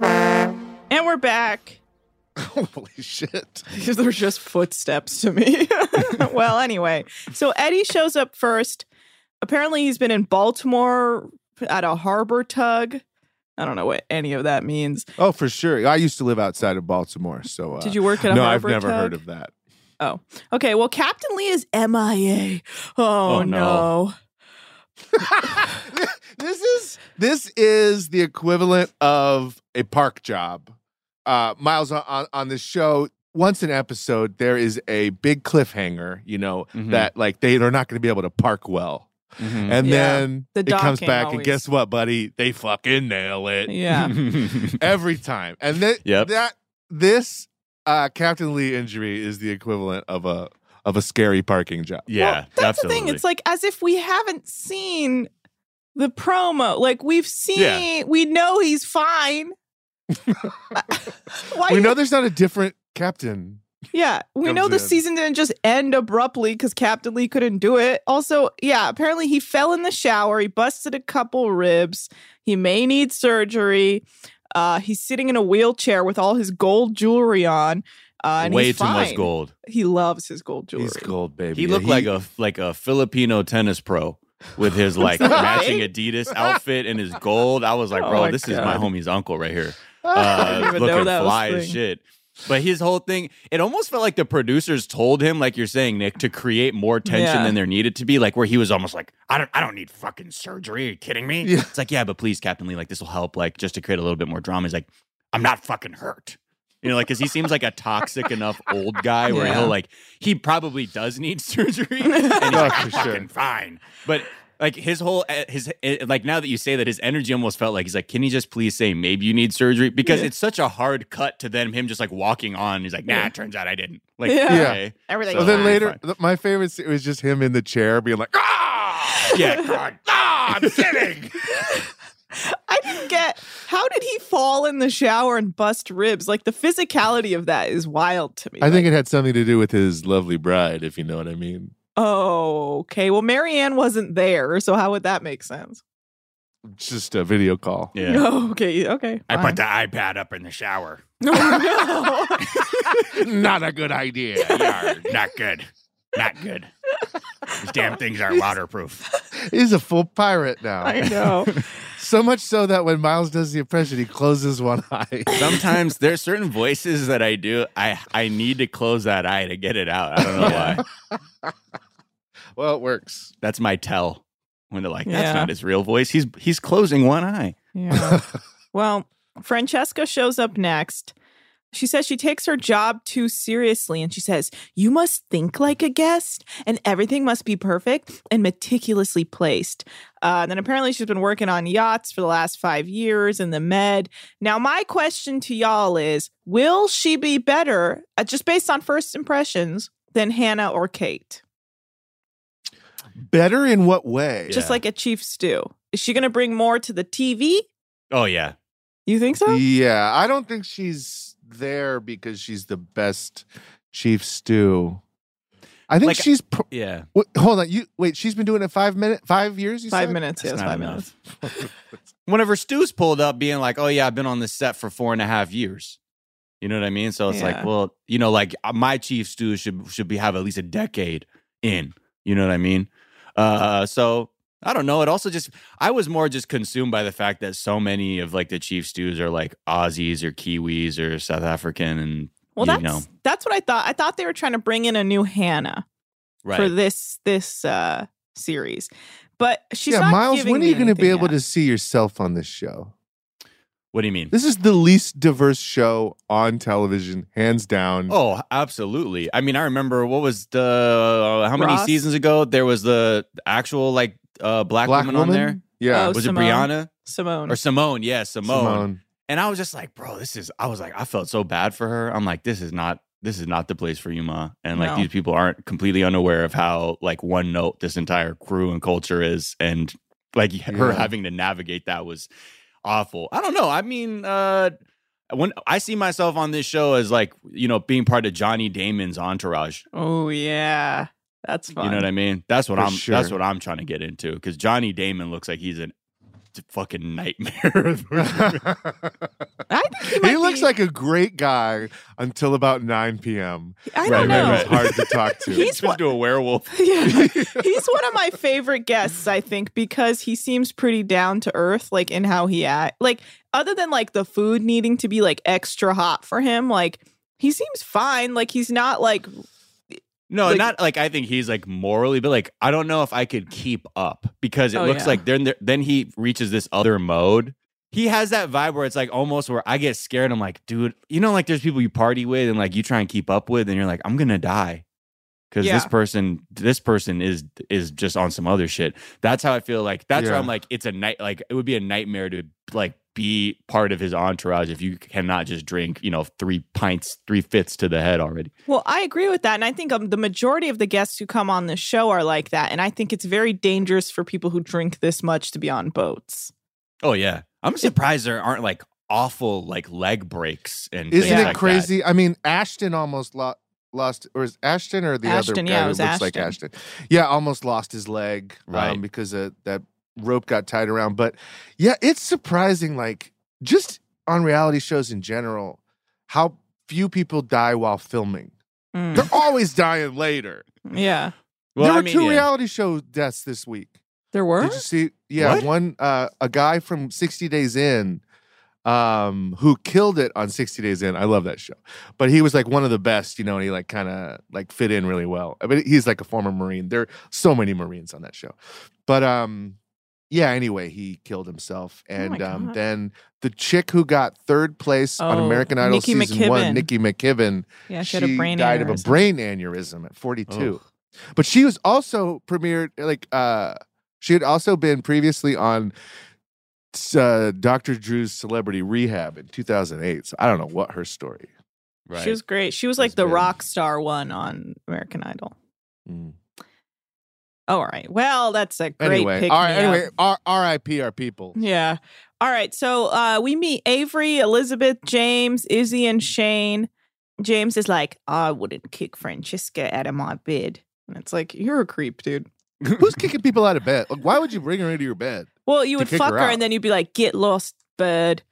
And we're back.
Holy shit.
there were just footsteps to me. well, anyway. So Eddie shows up first. Apparently, he's been in Baltimore at a harbor tug. I don't know what any of that means.
Oh, for sure. I used to live outside of Baltimore, so uh,
did you work at a
no?
Harbor
I've never
tug?
heard of that.
Oh, okay. Well, Captain Lee is MIA. Oh,
Oh,
no.
no. This is this is the equivalent of a park job. Uh, Miles on, on on this show. Once an episode, there is a big cliffhanger. You know
Mhm.
that like they are not going to be able to park well,
Mm-hmm.
and
Yeah.
then
The
it
docking
comes back and
always-
guess what, buddy? They fucking nail it.
Yeah.
every time. And then
Yep.
that this uh, Captain Lee injury is the equivalent of a of a scary parking job.
yeah,
That's
absolutely.
the thing. It's like as if we haven't seen the promo. Like we've seen,
Yeah.
we know he's fine. Why?
we
you-
know there's not a different captain.
yeah, we
comes
know the
in.
season didn't just end abruptly because Captain Lee couldn't do it. Also, yeah, apparently he fell in the shower. He busted a couple ribs. He may need surgery. Uh, he's sitting in a wheelchair with all his gold jewelry on. Uh, and
way
he's
too much
fine.
gold.
He loves his gold jewelry.
He's gold, baby.
He looked
Yeah,
like a like a Filipino tennis pro with his like
that
matching Adidas outfit and his gold. I was like,
Oh
bro,
my
this is my
God.
homie's uncle right here.
I didn't
Uh,
even know
looking
that was
fly
a
as
thing.
shit. But his whole thing, it almost felt like the producers told him, like you're saying, Nick, to create more tension
Yeah.
than there needed to be. Like where he was almost like, I don't, I don't need fucking surgery. Are you kidding me?
Yeah.
It's like, yeah, but please, Captain Lee, like this will help, like just to create a little bit more drama. He's like, I'm not fucking hurt. You know, like because he seems like a toxic enough old guy where
Yeah.
he'll like he probably does need surgery and he's
No,
like,
Oh, for
I'm
sure.
fucking fine. But like his whole eh, his eh, like now that you say that his energy almost felt like he's like, can you just please say maybe you need surgery because
Yeah.
it's such a hard cut to then him just like walking on. He's like, nah,
Yeah.
it turns out I didn't. Like,
Yeah.
okay.
Everything's
So then
fine.
later, th- my favorite scene was just him in the chair being like, ah!
yeah, God,
ah, I'm sitting.
I didn't get how did he fall in the shower and bust ribs? Like the physicality of that is wild to me.
I think it had something to do with his lovely bride, if you know what I mean.
Oh, okay. Well, Marianne wasn't there, so how would that make sense?
Just a video call.
Yeah.
Oh, okay, okay.
I
fine.
put the iPad up in the shower.
Not a good idea.
Yar, not good. Not good. These damn things aren't waterproof.
He's a full pirate now.
I know.
so much so that when Miles does the impression, he closes one eye.
Sometimes there's certain voices that I do. I I need to close that eye to get it out. I don't know why.
well, it works.
That's my tell. When they're like, "That's
Yeah.
not his real voice. He's he's closing one eye."
Yeah. well, Francesca shows up next. She says she takes her job too seriously and she says, You must think like a guest and everything must be perfect and meticulously placed. Uh, and then apparently she's been working on yachts for the last five years in the med. Now, my question to y'all is Will she be better, uh, just based on first impressions, than Hannah or Kate?
Better in what way?
Just like at Chief Stew. Is she going to bring more to the TV?
Oh yeah.
You think so?
Yeah, I don't think she's there because she's the best chief stew. I think
Like,
she's. Pro-
Yeah.
Wait, hold on, you wait. She's been doing it five minute, five years. You
Five
said?
minutes. Yes,
not
five
enough.
minutes.
Whenever Stu's pulled up, being like, "Oh yeah, I've been on this set for four and a half years." You know what I mean? So it's like,
Yeah.
well, you know, like uh, my chief Stu should should be have at least a decade in. You know what I mean? Uh, so I don't know. It also just I was more just consumed by the fact that so many of like the chief stews are like Aussies or Kiwis or South African and
Well,
you
that's
know
that's what I thought. I thought they were trying to bring in a new Hannah
right.
for this this uh series, but she's
yeah,
not
Miles.
giving
When are you
going to
be able to see yourself on this show?
what do you mean?
This is the least diverse show on television, hands down.
Oh, absolutely. I mean, I remember what was the uh, how many
Ross?
seasons ago there was the actual like uh black, woman, on there.
Yeah.
Oh,
was
Simone.
it Brianna
Simone?
or Simone? Yeah, Simone.
Simone.
And I was just like, bro, this is. I was like, I felt so bad for her. I'm like, this is not. This is not the place for you, ma. And like
No.
these people aren't completely unaware of how like one note this entire crew and culture is, and like her
Yeah.
having to navigate that was awful. I don't know. I mean, uh when I see myself on this show as like you know being part of Johnny Damon's entourage.
oh yeah, that's fun.
You know what I mean? That's what
For
I'm.
sure.
That's what I'm trying to get into because Johnny Damon looks like he's a fucking nightmare.
I think he, might
he looks
be-
like a great guy until about 9 p.m.
I
Right,
don't know.
right,
It's hard to talk to.
He's
He's into a werewolf.
Yeah. He's one of my favorite guests, I think, because he seems pretty down to earth, like in how he act. Like, other than like the food needing to be like extra hot for him, like he seems fine. Like he's not like
No,
Like-
not like I think he's like morally, but like I don't know if I could keep up because it
Oh,
looks
yeah.
like then then he reaches this other mode. He has that vibe where it's like almost where I get scared. I'm like, dude, you know, like there's people you party with and like you try and keep up with, and you're like, I'm gonna die because this
Yeah.
person, this person is is just on some other shit. That's how I feel like. That's where
Yeah.
I'm like, it's a night. Like it would be a nightmare to like be part of his entourage if you cannot just drink, you know, three pints, three fifths to the head already.
Well, I agree with that. And I think um, the majority of the guests who come on this show are like that. And I think it's very dangerous for people who drink this much to be on boats.
Oh yeah, I'm surprised there aren't like awful like leg breaks and
Isn't
things
it
like that.
crazy? I mean, Ashton almost lo- lost, or is Ashton or the
Ashton,
other
yeah,
guy
it
who
was
looks like
Ashton.
Ashton? Yeah, almost lost his leg
Right.
um, because uh, that rope got tied around. But yeah, it's surprising, like just on reality shows in general, how few people die while filming.
Mm.
They're always dying later.
Yeah.
Well,
there
I
were
mean,
two
yeah.
reality show deaths this week.
There were?
Did you see? Yeah,
What?
one uh, a guy from 60 Days In, um, who killed it on 60 Days In. I love that show, but he was like one of the best, you know, and he like kind of like fit in really well. I mean, he's like a former Marine. There are so many Marines on that show, but um, yeah. Anyway, he killed himself, and
Oh my
um,
God.
then the chick who got third place on
Oh,
American Idol
Nikki
season
McKibben.
one, Nikki McKibben,
Yeah. She, had a brain
died of a
aneurysm.
brain aneurysm at 42. But she was also premiered like uh She had also been previously on uh, Dr. Drew's Celebrity Rehab in 2008. So I don't know what her story.
She was great. She was like the rock star one on American Idol.
Mm.
All right. Well, that's a great
Anyway,
pick
all right,
me up.
anyway, R- R.I.P. our people.
Yeah. All right. So uh, we meet Avery, Elizabeth, James, Izzy,
Mm.
and Shane. James is like, I wouldn't kick Francesca out of my bed. And it's like, you're a creep, dude.
Who's kicking people out of bed? Like, why would you bring her into your bed?
Well, you
To
would
kick
fuck
her
her,
out. Oh,
and then you'd be like, get lost, bird.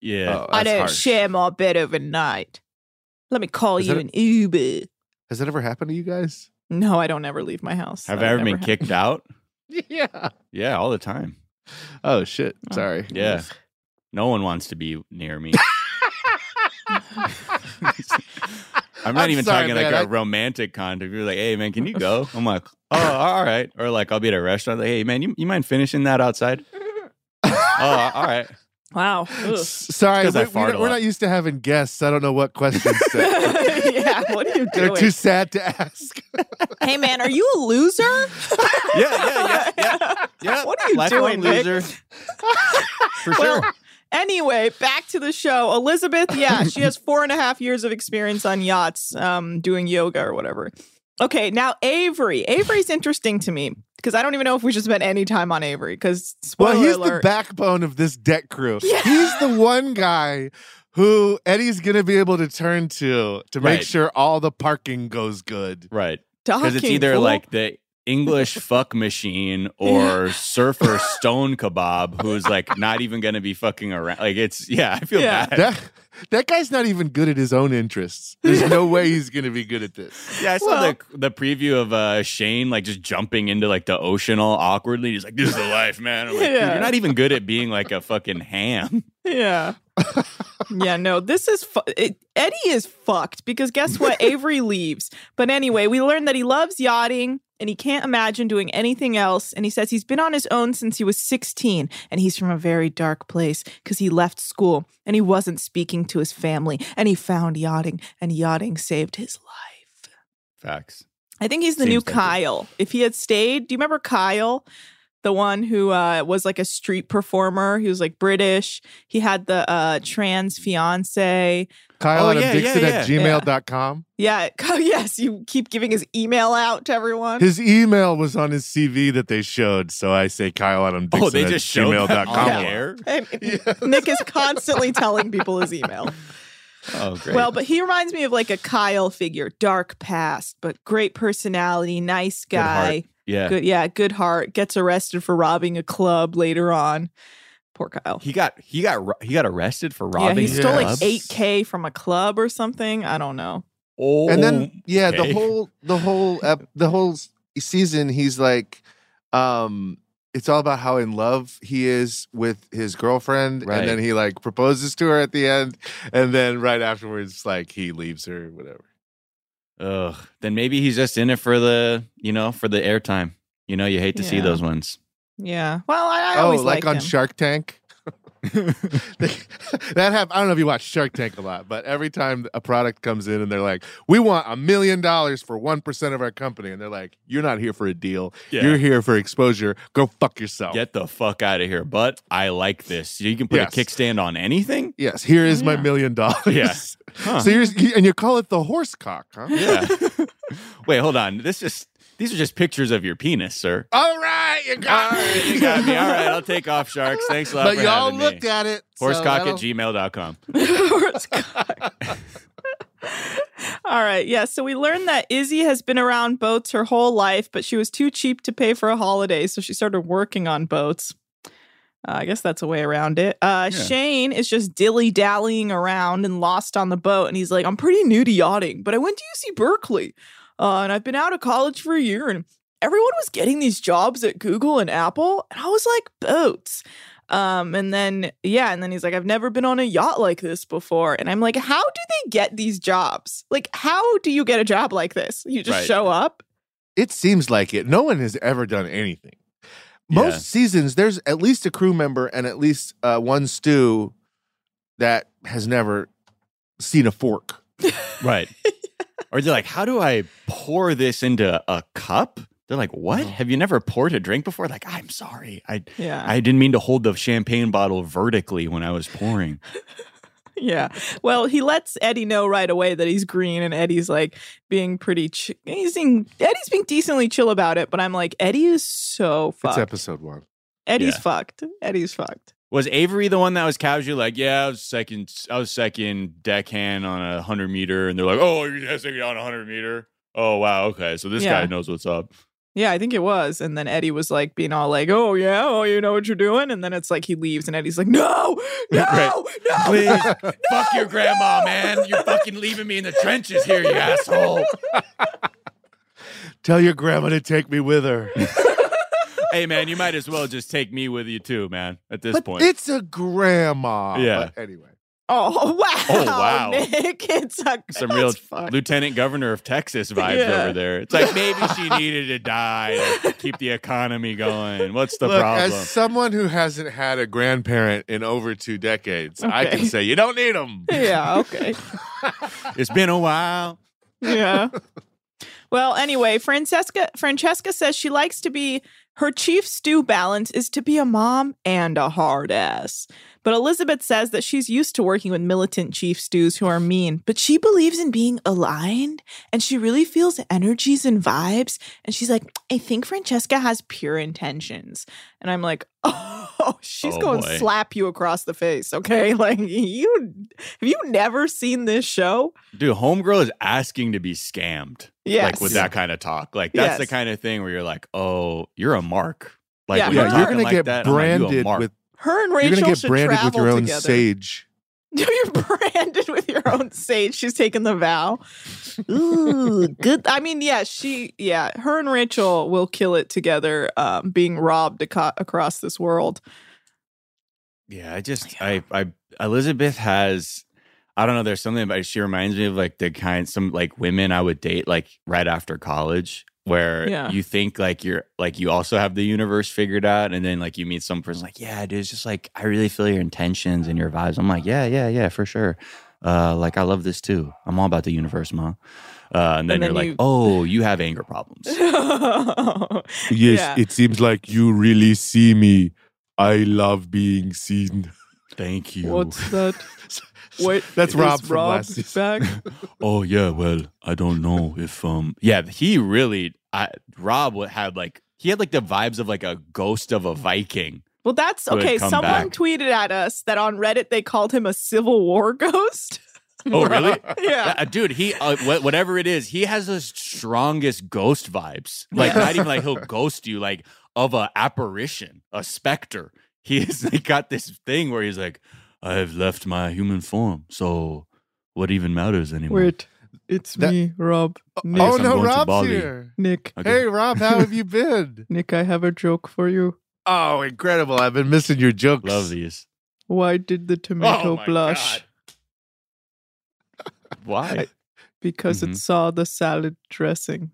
Yeah.
I don't share my bed overnight. Let me call
Is
you
that a-
an Uber.
Has that ever happened to you guys?
No, I don't ever leave my house.
Have
That
I ever
never
been
happened.
kicked out?
Yeah.
Yeah, all the time.
Oh shit! Sorry.
Yeah. No one wants to be near me. I'm not
I'm
even
sorry,
talking
man,
like a
I-
romantic contact. You're like, hey man, can you go? I'm like, oh, all right. Or like, I'll be at a restaurant. Like, hey man, you, you mind finishing that outside? oh, all right.
Wow. Ugh.
Sorry,
It's 'cause I
we,
fart a
are
lot.
not used to having guests. I don't know what questions. to-
yeah. What are you
They're
doing?
too sad to ask.
hey, man, are you a loser?
Yeah.
What are you
Lifelong
doing, Nick?
loser. For sure.
Anyway, back to the show. Elizabeth, yeah, she has four and a half years of experience on yachts, um, doing yoga or whatever. Okay, now Avery. Avery's interesting to me because I don't even know if we should spend any time on Avery because spoiler
Well, he's the
alert.
backbone of this deck crew. He's the one guy who Eddie's going to be able to turn to to make
Right.
sure all the parking goes good.
Right. Because it's
Docking,
either
fool.
like the English fuck machine or surfer stone kebab who's like not even gonna be fucking around. Like it's yeah, I feel
Yeah.
bad.
That, that guy's not even good at his own interests.
Oh,
There's no way he's going to be good at this.
Yeah, I saw the the preview of uh, Shane like just jumping into like the ocean all awkwardly. He's like, "This is the life, man." I'm like, "Dude,
Yeah.
you're not even good at being like a fucking ham.
Yeah. yeah, no, this is fu- it, Eddie is fucked because guess what? Avery leaves. But anyway, we learn that he loves yachting and he can't imagine doing anything else. And he says he's been on his own since he was 16 and he's from a very dark place because he left school and he wasn't speaking to his family and he found yachting and yachting saved his life.
Facts.
I think he's the
Seems
new
like it.
Kyle. If he had stayed, do you remember Kyle? The one who uh, was like a street performer. He was like British. He had the uh, trans fiance.
Kyle
Oh,
Adam
yeah,
Dixon
yeah,
at
yeah.
gmail.com.
Yeah. Kyle- Yes. You keep giving his email out to everyone.
His email was on his CV that they showed. So I say Kyle Adam Dixon
Oh, they
at
just showed
gmail.com.
that on
a lot.
air.
And Nick is constantly telling people his email.
Oh, great.
Well, but he reminds me of like a Kyle figure, dark past, but great personality, nice guy.
heart. Yeah.
Good, yeah, good heart. Gets arrested for robbing a club later on. Poor Kyle.
he got he got ro- he got arrested for robbing.
yeah, he stole like
clubs?
8K from a club or something. I don't know.
Oh,
and then yeah
okay.
the whole the whole ep- the whole s- season he's like um it's all about how in love he is with his girlfriend
Right.
and then he like proposes to her at the end and then right afterwards like he leaves her whatever
Ugh. Then maybe he's just in it for the you know for the airtime. You know, you hate to see
Yeah.
those ones.
Yeah. Well, I, I
oh
always
like
liked
on
him.
shark tank that have i don't know if you watch shark tank a lot but every time a product comes in and they're like we want a million dollars for 1% of our company and they're like you're not here for a deal
Yeah.
you're here for exposure go fuck yourself
Get the fuck out of here. But I like this. You can put
Yes.
a kickstand on anything.
Yes, here is my million dollars.
Yeah. Huh.
So you're, you- and you call it the horse cock, huh?
Yeah. Wait, hold on. This just these are just pictures of your penis, sir.
All right, you got it.
You got me. All right, I'll take off sharks. Thanks a lot.
But
for
y'all
having
looked
me.
at it. so
Horsecock
that'll-
at gmail.com.
All right. Yeah. So we learned that Izzy has been around boats her whole life, but she was too cheap to pay for a holiday. So she started working on boats. Uh, I guess that's a way around it. Uh,
Yeah.
Shane is just dilly dallying around and lost on the boat. And he's like, I'm pretty new to yachting, but I went to UC Berkeley uh, and I've been out of college for a year. And everyone was getting these jobs at Google and Apple. And I was like, boats. Um, and then, yeah, and then he's like, I've never been on a yacht like this before. And I'm like, how do they get these jobs? Like, how do you get a job like this? You just
Right.
show up?
It seems like it. No one has ever done anything. Most
Yeah.
seasons, there's at least a crew member and at least uh, one stew that has never seen a fork.
Right. Or they're like, how do I pour this into a cup? They're like, "What? Have you never poured a drink before?" Like, "I'm sorry, I
Uh-huh. Yeah.
I didn't mean to hold the champagne bottle vertically when I was pouring."
Yeah. Well, he lets Eddie know right away that he's green, and Eddie's like being pretty. Ch- he's being Eddie's being decently chill about it, but I'm like, Eddie is so fucked.
It's episode one.
Eddie's
Yeah.
fucked. Eddie's fucked.
Was Avery the one that was casually like, "Yeah, I was second, I was second deckhand on a hundred meter," and they're like, "Oh, you're just second on a hundred meter." Oh wow, okay, so this
Yeah.
guy knows what's up.
Yeah, I think it was. And then Eddie was like being all like, "Oh yeah, oh you know what you're doing." And then it's like he leaves, and Eddie's like, "No, no, no,
Please, fuck your grandma, man. You're fucking leaving me in the trenches here, you asshole.
Tell your grandma to take me with her.
hey, man, you might as well just take me with you too, man. At this
But
point,
it's a grandma.
Yeah.
But anyway.
Oh wow!
Oh, wow.
Nick, it's a,
some real
that's fucked.
lieutenant governor of Texas vibes
Yeah.
over there. It's like maybe she needed to die to keep the economy going. What's the
Look,
problem?
as someone who hasn't had a grandparent in over two decades, I
Okay.
can say you don't need them.
Yeah. Okay.
it's been a while.
yeah. Well, anyway, Francesca Francesca says she likes to be her chief stew balance is to be a mom and a hard ass. But Elizabeth says that she's used to working with militant chief stews who are mean, but she believes in being aligned and she really feels energies and vibes. And she's like, I think Francesca has pure intentions. And I'm like, oh, she's
Oh,
going
boy.
to slap you across the face. Okay. Like, you have you never seen this show?
Dude, homegirl is asking to be scammed. Like
Yes.
with that kind of talk. Like that's the
Yes.
kind of thing where you're like, oh, you're a mark. Like
Yeah.
when
Yeah,
you're
you're
talking
gonna
like
get
that, I'm like, you a
branded
mark.
with-
Her and
You're
Rachel
going to get
should
branded with
travel
your own
together.
sage.
You're branded with your own sage. She's taking the vow. Ooh, good. I mean, yeah, she, yeah, her and Rachel will kill it together, um, being robbed aco- across this world.
Yeah, I just I I Elizabeth has I don't know, there's something about she reminds me of like the kind some like women I would date like right after college where
Yeah.
you think like you're like you also have the universe figured out and then like you meet some person like, Yeah, dude, it's just like I really feel your intentions and your vibes. I'm like, Yeah, yeah, yeah, for sure. Uh like I love this too. I'm all about the universe, ma. Uh, and then,
And then
you're
you-
like, Oh, you have anger problems.
Yes,
Yeah.
it seems like you really see me. I love being seen.
Thank you.
What's that? Wait,
That's
is
Rob from
Rob
last season.
back?
oh yeah well i don't know if um yeah he really I, rob wa- had like he had like the vibes of like a ghost of a viking
Well, that's
Who had
okay.
come
Someone
back.
tweeted at us that on Reddit they called him a Civil War ghost.
oh really
Yeah.
Uh, dude he uh, wh- whatever it is he has the strongest ghost vibes like
Yeah.
not even like he'll ghost you like of a apparition a specter he has like, got this thing where he's like i have left my human form so what even matters anymore
it's
That-
me, Rob. Nick.
oh
I'm going
no,
to
Rob's
Bali.
here.
Nick,
Okay.
Hey Rob, how have you been?
Nick, I have a joke for you.
Oh, incredible. I've been missing your jokes.
love these
Why did the tomato
Oh my
blush?
God.
why
Because
Mm-hmm.
Mhm.
it saw the salad dressing.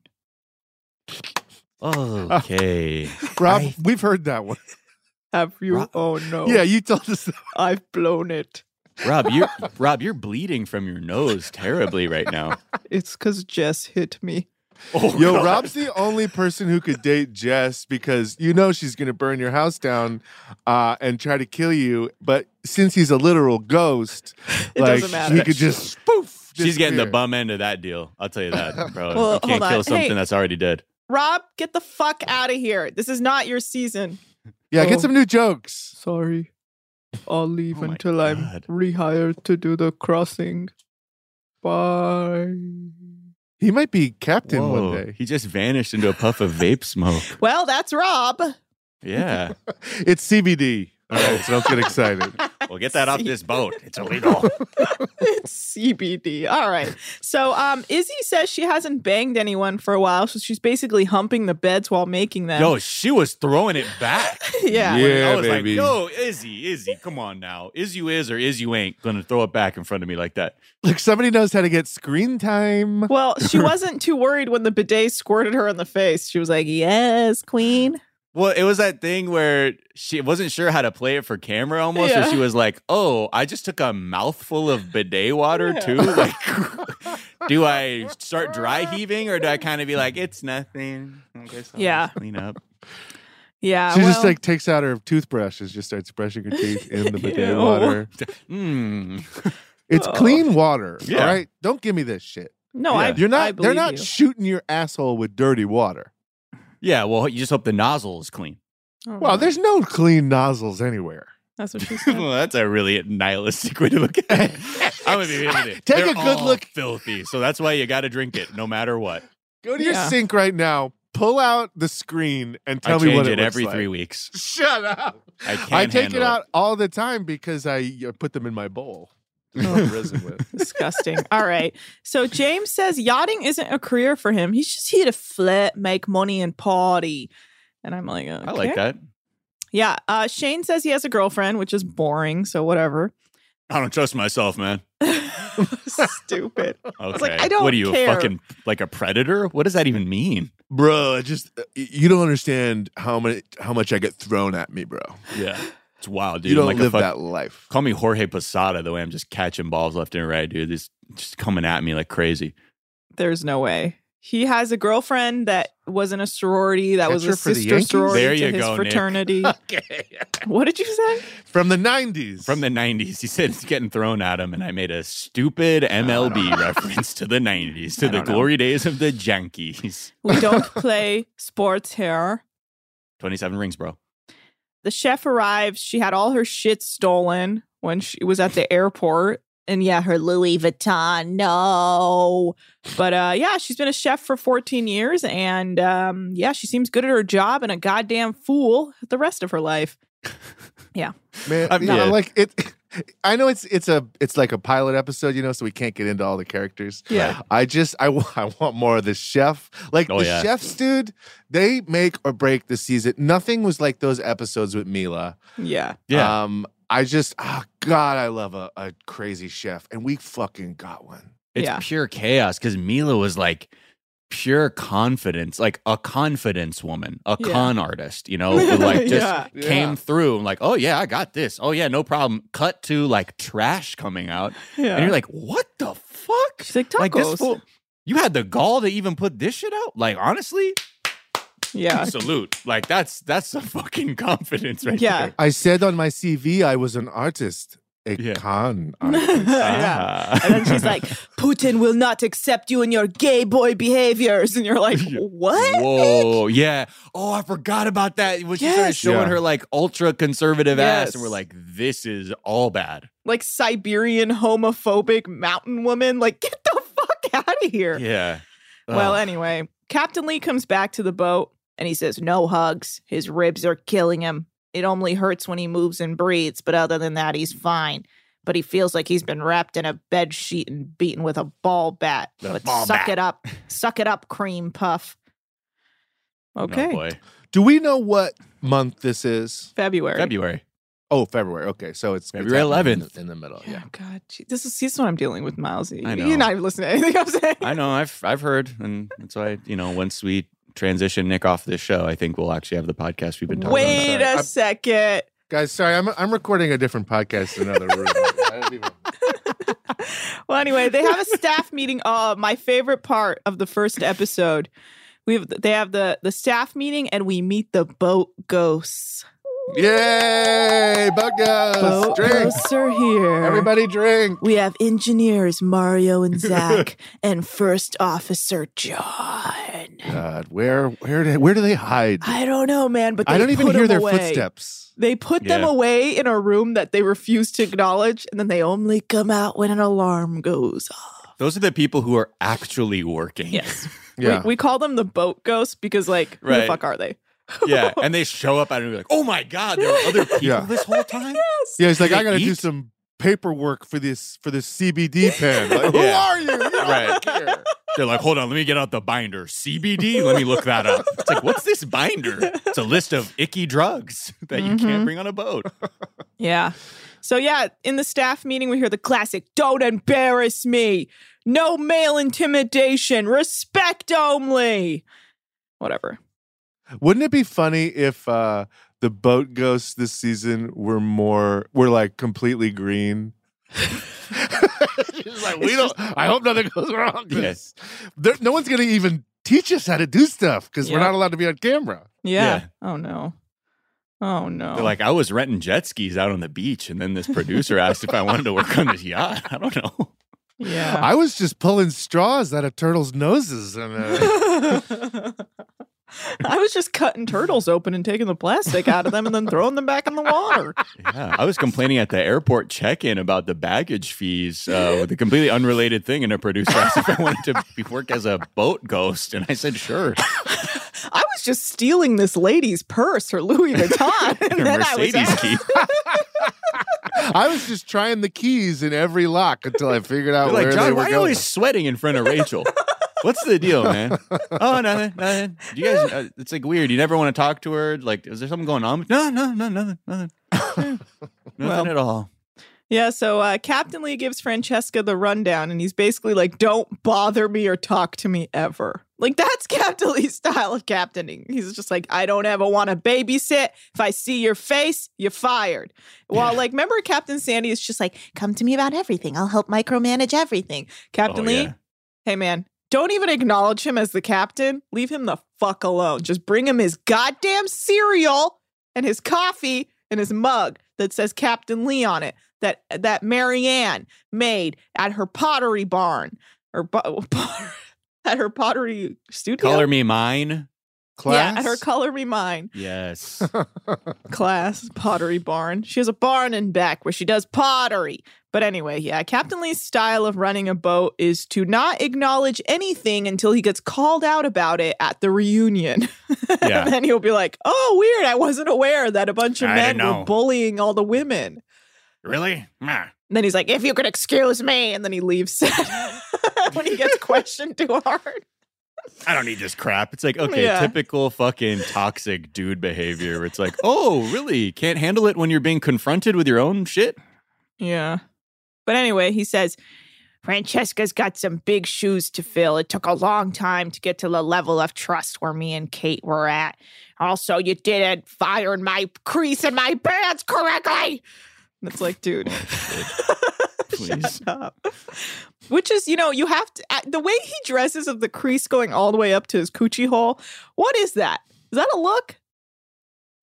okay
Rob,
I-
we've heard that one.
Have you?
Ro-
oh no!
Yeah, you told us that.
I've blown it.
Rob, you Rob, you're bleeding from your nose terribly right now.
It's because Jess hit me.
Oh,
Yo,
God.
Rob's the only person who could date Jess because you know she's going to burn your house down uh, and try to kill you. But since he's a literal ghost,
It
like
doesn't matter.
he could just poof.
she's getting the
disappear.
bum end of that deal. I'll tell you that, bro.
Well,
you can't
hold on.
kill something
Hey.
that's already dead.
Rob, get the fuck out of here. This is not your season.
Yeah,
Oh.
get some new jokes.
Sorry. I'll leave
Oh my
until I'm
God.
rehired to do the crossing. Bye.
He might be captain
Whoa,
one day.
He just vanished into a puff of vape smoke.
Well, that's Rob.
Yeah.
It's CBD. All right, so don't get excited.
Well, get that off this boat. It's illegal.
it's CBD. All right. So, um, Izzy says she hasn't banged anyone for a while, so she's basically humping the beds while making them.
Yo, she was throwing it back.
yeah.
Yeah.
I was
baby.
like, yo, Izzy, Izzy, come on now. Is you is or is you ain't gonna throw it back in front of me like that.
Look, somebody knows how to get screen time.
Well, she wasn't too worried when the bidet squirted her in the face. She was like, "Yes, queen."
Well, it was that thing where she wasn't sure how to play it for camera almost.
Yeah.
So she was like, oh, I just took a mouthful of bidet water too. Like, do I start dry heaving or do I kind of be like, it's nothing? Okay, so
Yeah.
Clean up.
Yeah.
she
well,
just like takes out her toothbrush and just starts brushing her teeth in the bidet
Ew.
water.
Mm,
It's clean water,
Yeah.
all right? Don't give me this shit.
No, I-
you're not.
I
they're
believe
not
you.
shooting your asshole with dirty water.
Yeah. Well, you just hope the nozzle is clean.
oh,
Well, there's no clean nozzles anywhere.
that's what she said.
well, that's a really nihilistic way to look at it. I'm gonna be real with you.
Take a
They're
good
all
look.
Filthy. So that's why you got to drink it, no matter what.
Go to your
Yeah.
sink right now. Pull out the screen and tell
I
me
change
what
it,
it, looks
every
like.
three weeks.
Shut up.
I can't.
I take
handle
it out all the time because I uh, put them in my bowl. to
Oh.
resin with.
Disgusting. All right. So James says yachting isn't a career for him. He's just here to flirt, make money, and party. And I'm like,
I like
okay.
that.
Yeah. Uh, Shane says he has a girlfriend, which is boring. So whatever.
I don't trust myself, man.
Stupid.
Okay.
was like, I don't
what are you
care.
a fucking like a predator? What does that even mean?
Bro, I just uh, y- you don't understand how many how much I get thrown at me, bro.
Yeah. It's wild, Oh, dude.
you don't
like a
live
fuck-
that life.
Call me Jorge Posada the way I'm just catching balls left and right, dude. This just coming at me like crazy.
There's no way. He has a girlfriend that was in a sorority that was
Catcher
a
for the
sister
Yankees?
sorority
There
to
you
his
go, Nick.
fraternity.
Okay.
what did you say?
From the nineties.
From the 90s, he said it's getting thrown at him, and I made a stupid MLB reference to the 90s, to
I
the
don't know.
glory days of the Yankees.
We don't play sports here.
27 rings, bro.
the chef arrives. She had all her shit stolen when she was at the airport. And yeah, her Louis Vuitton. No. But uh yeah, she's been a chef for 14 years and um yeah, she seems good at her job and a goddamn fool the rest of her life. Yeah.
Man,
I'm
you know,
not-
like it. I know it's it's a it's like a pilot episode, you know, so we can't get into all the characters.
Yeah.
I just I, wa- I want more of the chef. Like
Oh,
the
yeah.
chefs, dude, they make or break the season. Nothing was like those episodes with Mila.
Yeah.
Yeah.
Um, I just oh god, I love a, a crazy chef, and we fucking got one.
It's
Yeah.
pure chaos because Mila was like pure confidence, like a confidence woman, a
Yeah.
con artist, you know, who like just
Yeah.
came
Yeah.
through and like, oh yeah, I got this. Oh yeah, no problem. Cut to like trash coming out.
Yeah.
And you're like, what the fuck?
She's like,
Like
"Tacos."
this fool, you had the gall to even put this shit out? Like honestly,
yeah.
salute. Like that's that's the fucking confidence right
Yeah.
there.
I said on my CV I was an artist, a
Yeah.
con artist.
yeah.
Ah.
And then she's like, Putin will not accept you and your gay boy behaviors. And you're like, what?
Whoa, yeah. Oh, I forgot about that. When she started
Yes.
showing
Yeah.
her like ultra conservative ass, and we're
Yes.
like, this is all bad.
Like Siberian homophobic mountain woman. Like, get the fuck out of here.
Yeah.
Well,
Ugh.
anyway, Captain Lee comes back to the boat and he says, No hugs. His ribs are killing him. It only hurts when he moves and breathes, but other than that, he's fine. But he feels like he's been wrapped in a bed sheet and beaten with a ball bat.
The
but
ball
suck
bat.
it up. Suck it up, cream puff.
Oh,
Okay.
boy.
Do we know what month this is?
February.
February.
Oh, February. Okay, so it's it's
February
happening in
11th.
the- in the middle.
Yeah, Oh, God, gee, this is this is what I'm dealing with, Miles. You-
Oh, I
You're
know.
not even listening to anything I'm saying.
I know. I've I've heard, and that's why you know once we transition Nick off this show, I think we'll actually have the podcast we've been talking
Wait
sorry.
a
I-
second.
Guys, sorry, I'm I'm recording a different podcast in another room. Oh, I don't even-
well, anyway, they have a staff meeting. Oh, my favorite part of the first episode. We have they have the the staff meeting and we meet the boat ghosts.
Yay! Buggos!
Boat
Drink!
ghosts are here.
Everybody drink!
We have engineers Mario and Zach and first officer John.
God, where where do, where do they hide?
I don't know, man, but they
I don't even
put
hear
them
their
away.
footsteps.
They put them
Yeah.
away in a room that they refuse to acknowledge, and then they only come out when an alarm goes off.
about. Those are the people who are actually working.
Yes.
Yeah.
We, we call them the boat ghosts because, like, who the
Right.
fuck are they?
yeah. And they show up and you're like, oh my god, there were other people
Yeah.
this whole time.
yeah, he's like,
Do they
I gotta do
eat?
some paperwork for this for this CBD pen. Like, Who
Yeah.
are you? You don't
Right.
care.
They're like, hold on, let me get out the binder. CBD? Let me look that up. It's like, what's this binder? It's a list of icky drugs that you
Mhm.
can't bring on a boat.
Yeah. So yeah, in the staff meeting, we hear the classic "Don't embarrass me," no male intimidation, respect only, whatever.
Wouldn't it be funny if uh, the boat ghosts this season were more were like completely green? She's like, we don't. I hope nothing goes wrong.
Yes.
There, no one's going to even teach us how to do stuff because we're
Yeah.
not allowed to be on camera.
Yeah. Oh no. Oh no.
They're like, I was renting jet skis out on the beach, and then this producer asked if I wanted to work on this yacht. I don't know.
yeah.
I was just pulling straws out of turtles' noses, and uh,
I was just cutting turtles open and taking the plastic out of them and then throwing them back in the water.
Yeah, I was complaining at the airport check-in about the baggage fees uh, with a completely unrelated thing, and a producer asked if I wanted to be- work as a boat ghost, and I said sure.
I was just stealing this lady's purse, her Louis Vuitton, and,
Her
then I was
Mercedes
out.
key.
I was just trying the keys in every lock until I figured out
They're like,
where
John,
they were
why are
going.
you always sweating in front of Rachel? What's the deal, man? Oh, nothing, nothing. Do you guys, uh, it's like weird. You never want to talk to her. Like, is there something going on? No, no, no, nothing, nothing, nothing
Well.
at all.
Yeah, so uh, Captain Lee gives Francesca the rundown, and he's basically like, "Don't bother me or talk to me ever." Like that's Captain Lee's style of captaining. He's just like, "I don't ever want to babysit. If I see your face, you're fired." While like, remember Captain Sandy is just like, "Come to me about everything. I'll help micromanage everything." Captain
Oh,
Lee,
yeah.
hey man, don't even acknowledge him as the captain. Leave him the fuck alone. Just bring him his goddamn cereal and his coffee and his mug that says Captain Lee on it that that Marianne made at her pottery barn or bo- at her pottery studio.
Color me mine.
Yeah, at her color me mine
Yes.
class pottery barn. She has a barn in back where she does pottery. But anyway, yeah, Captain Lee's style of running a boat is to not acknowledge anything until he gets called out about it at the reunion.
Yeah.
and then he'll be like, "Oh, weird! I wasn't aware that a bunch of
I
men
didn't
were
know."
bullying all the women."
Really? Nah.
And then he's like, "If you could excuse me," and then he leaves when he gets questioned too hard.
I don't need this crap. It's like, okay,
Yeah.
typical fucking toxic dude behavior. where It's like, oh, really? Can't handle it when you're being confronted with your own shit?
Yeah. But anyway, he says, Francesca's got some big shoes to fill. It took a long time to get to the level of trust where me and Kate were at. Also, you didn't fire my crease in my pants correctly. And It's like, dude.
Please.
up. Which is, you know, you have to, uh, the way he dresses of the crease going all the way up to his coochie hole. What is that? Is that a look?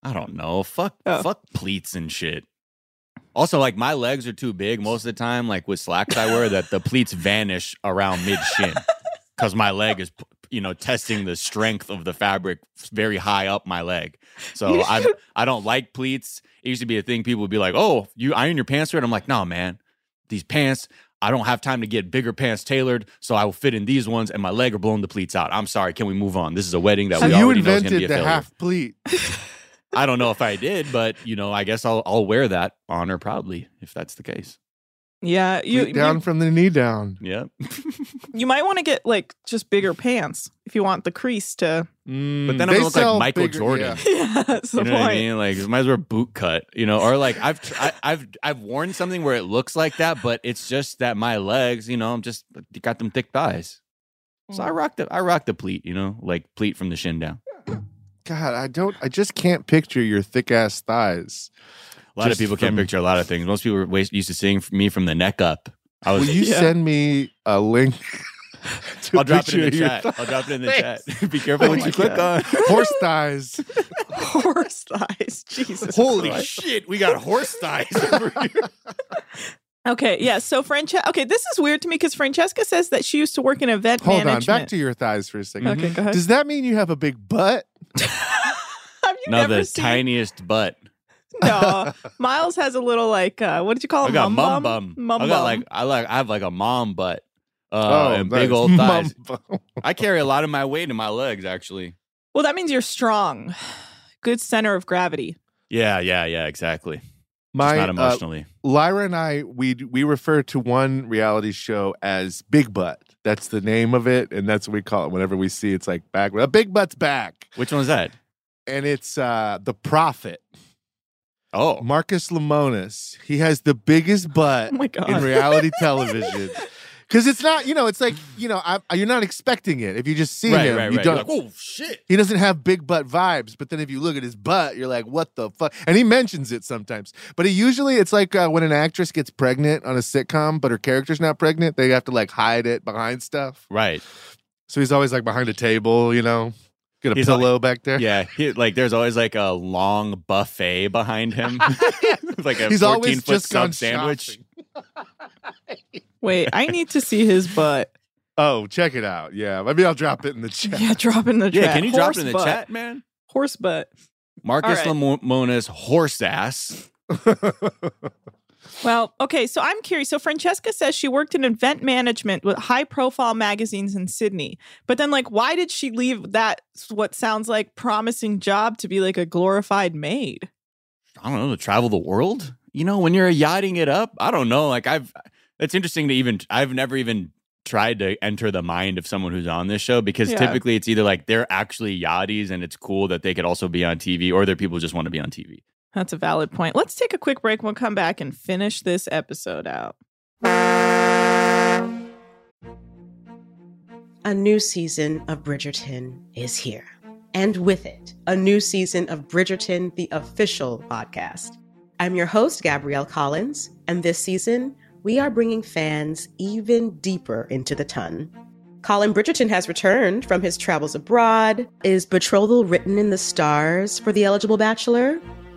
I don't know. Fuck, fuck pleats and shit. Also, like my legs are too big most of the time. Like with slacks I wear, that the pleats vanish around mid shin because my leg is, you know, testing the strength of the fabric very high up my leg. So I I don't like pleats. It used to be a thing people would be like, "Oh, you iron your pants right?" I'm like, "No, man, these pants." I don't have time to get bigger pants tailored, so I will fit in these ones, and my leg are blown the pleats out. I'm sorry. Can we move on? This is a wedding that
So
we
you
already know is going to be a
invented the
failure.
half pleat.
I don't know if I did, but you know, I guess I'll I'll wear that on her probably if that's the case.
Yeah. You,
Pleat down from the knee down.
Yeah.
you might want to get like just bigger pants if you want the crease to.
But then I'm
they
gonna look like
sell
Michael
bigger-
Jordan.
Yeah, that's
You
the
know what I
point.
mean? Like, might as well boot cut, you know, or like I've tr- I, I've I've worn something where it looks like that, but it's just that my legs, you know, I'm just got them thick thighs, so I
Mm.
rock the I rock the pleat, you know, like pleat from the shin down.
God, I don't. I just can't picture your thick ass thighs.
A lot
Just
of people can't
from-
picture a lot of things. Most people were waist- used to seeing me from the neck up. I was.
Will you send me a link? to a
I'll drop it in
picture
the
of your
chat. I'll drop it in the
Thanks.
chat. Be careful what
my
you click on.
God. Horse thighs.
horse thighs. Jesus.
Holy
Christ.
shit, we got horse thighs. over here.
Okay. Yeah. So Francesca. Okay, this is weird to me because Francesca says that she used to work in event
Hold
management.
on, back to your thighs for a second.
Okay, go ahead.
Does that mean you have a big butt?
Have you
Now
never
the
seen?
tiniest butt.
no. Miles has a little like uh, what did you call it?
I got mum
bum.
bum.
Mum
I
bum.
got like I like I have like a mom butt. Uh,
Oh,
and
nice.
big old
Mum
thighs. I carry a lot of my weight in my legs actually.
well, that means you're strong. Good center of gravity.
Yeah, yeah, yeah, exactly. Just
My,
not
uh,
emotionally.
Lyra and I, we we refer to one reality show as Big Butt. That's the name of it, and that's what we call it whenever we see it's like back. A big butt's back,
Which one's that?
and it's uh the Prophet.
Oh,
Marcus Lemonis. He has the biggest butt
Oh my God.
in reality television. Because it's not, you know, it's like, you know, I, you're not expecting it. If you just see
Right,
him,
right,
you
right.
don't.
You're like, "Oh, shit!"
He doesn't have big butt vibes, but then if you look at his butt, you're like, what the fuck? And he mentions it sometimes, but he usually it's like uh, when an actress gets pregnant on a sitcom, but her character's not pregnant. They have to like hide it behind stuff.
Right.
So he's always like behind a table, you know, get a
He's
pillow back there.
Yeah, he, like there's always like a long buffet behind him, like a
He's
14
always
foot
just
sub
gone
sandwich.
Wait, I need to see his butt.
Oh, check it out. Yeah, maybe I'll drop it in the chat.
Yeah, drop it in the
Yeah,
chat.
can you drop it in the
butt.
chat, man?
Horse butt.
Marcus
All
Lemona's horse ass.
Well, okay, so I'm curious. So Francesca says she worked in event management with high-profile magazines in Sydney. But then like why did she leave that what sounds like promising job to be like a glorified maid?
I don't know to travel the world. You know, when you're yachting it up, I don't know. Like I've, it's interesting to even. I've never even tried to enter the mind of someone who's on this show because
Yeah.
typically it's either like they're actually yachties and it's cool that they could also be on TV, or they're people who just want to be on TV.
That's a valid point. Let's take a quick break. We'll come back and finish this episode out.
A new season of Bridgerton is here. And with it, a new season of Bridgerton, the official podcast. I'm your host, Gabrielle Collins, and this season, we are bringing fans even deeper into the ton. Colin Bridgerton has returned from his travels abroad. Is betrothal written in the stars for the eligible bachelor?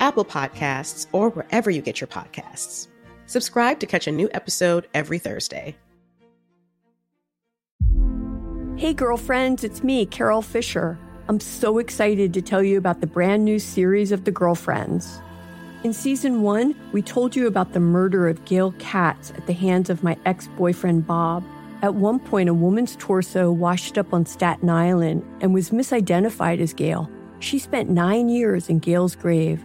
Apple Podcasts, or wherever you get your podcasts. Subscribe to catch a new episode every Thursday.
Hey, girlfriends, it's me, Carol Fisher. I'm so excited to tell you about the brand new series of The Girlfriends. In season one, we told you about the murder of Gail Katz at the hands of my ex boyfriend Bob. At one point, a woman's torso washed up on Staten Island and was misidentified as Gail. She spent nine years in Gail's grave,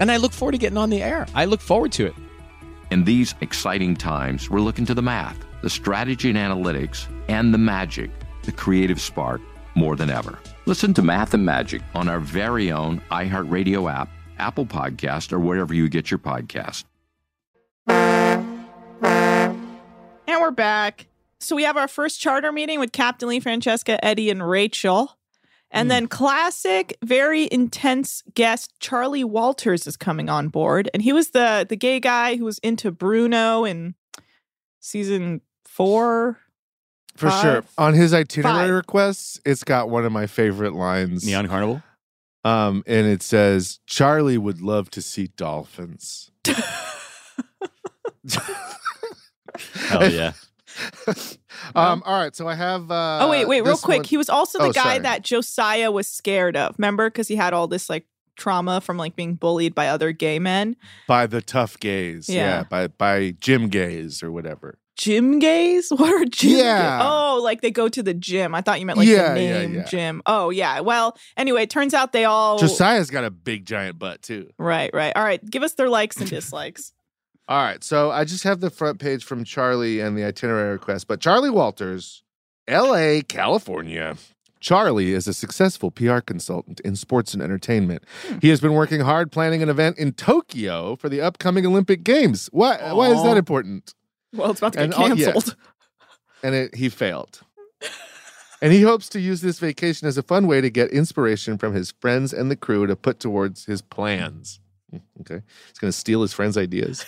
and I look forward to getting on the air. I look forward to it.
In these exciting times, we're looking to the math, the strategy and analytics, and the magic, the creative spark, more than ever. Listen to Math and Magic on our very own iHeartRadio app, Apple Podcast, or wherever you get your podcast.
And we're back. So we have our first charter meeting with Captain Lee, Francesca, Eddie, and Rachel. And
Hmm.
then classic, very intense guest Charlie Walters is coming on board. And he was the the gay guy who was into Bruno in season four.
For sure.
Five.
On his itinerary
Five.
requests, it's got one of my favorite lines.
Neon Carnival?
Um, and it says, Charlie would love to see dolphins.
Hell yeah.
Um, all right, so I have. Uh,
oh wait, wait, real
this
quick.
one-
He was also the
Oh,
guy
sorry.
that Josiah was scared of. Remember, because he had all this like trauma from like being bullied by other gay men.
by the tough gays, yeah,
Yeah.
by by Jim gays or whatever.
Gym gays? What are gym? ga-
Yeah.
Oh, like they go to the gym. I thought you meant like
Yeah, yeah,
the name
yeah.
gym. Oh yeah. Well, anyway, it turns out they all.
Josiah's got a big giant butt too.
Right, right. All right. Give us their likes and dislikes.
All right, so I just have the front page from Charlie and the itinerary request, but Charlie Walters, L.A., California. Charlie is a successful PR consultant in sports and entertainment. He has been working hard planning an event in Tokyo for the upcoming Olympic Games. Why? Why is
Aw.
that important?
Well, it's about to get
And all- yeah.
canceled.
and it, he failed. and he hopes to use this vacation as a fun way to get inspiration from his friends and the crew to put towards his plans. Hmm, Okay. He's going to steal his friends' ideas.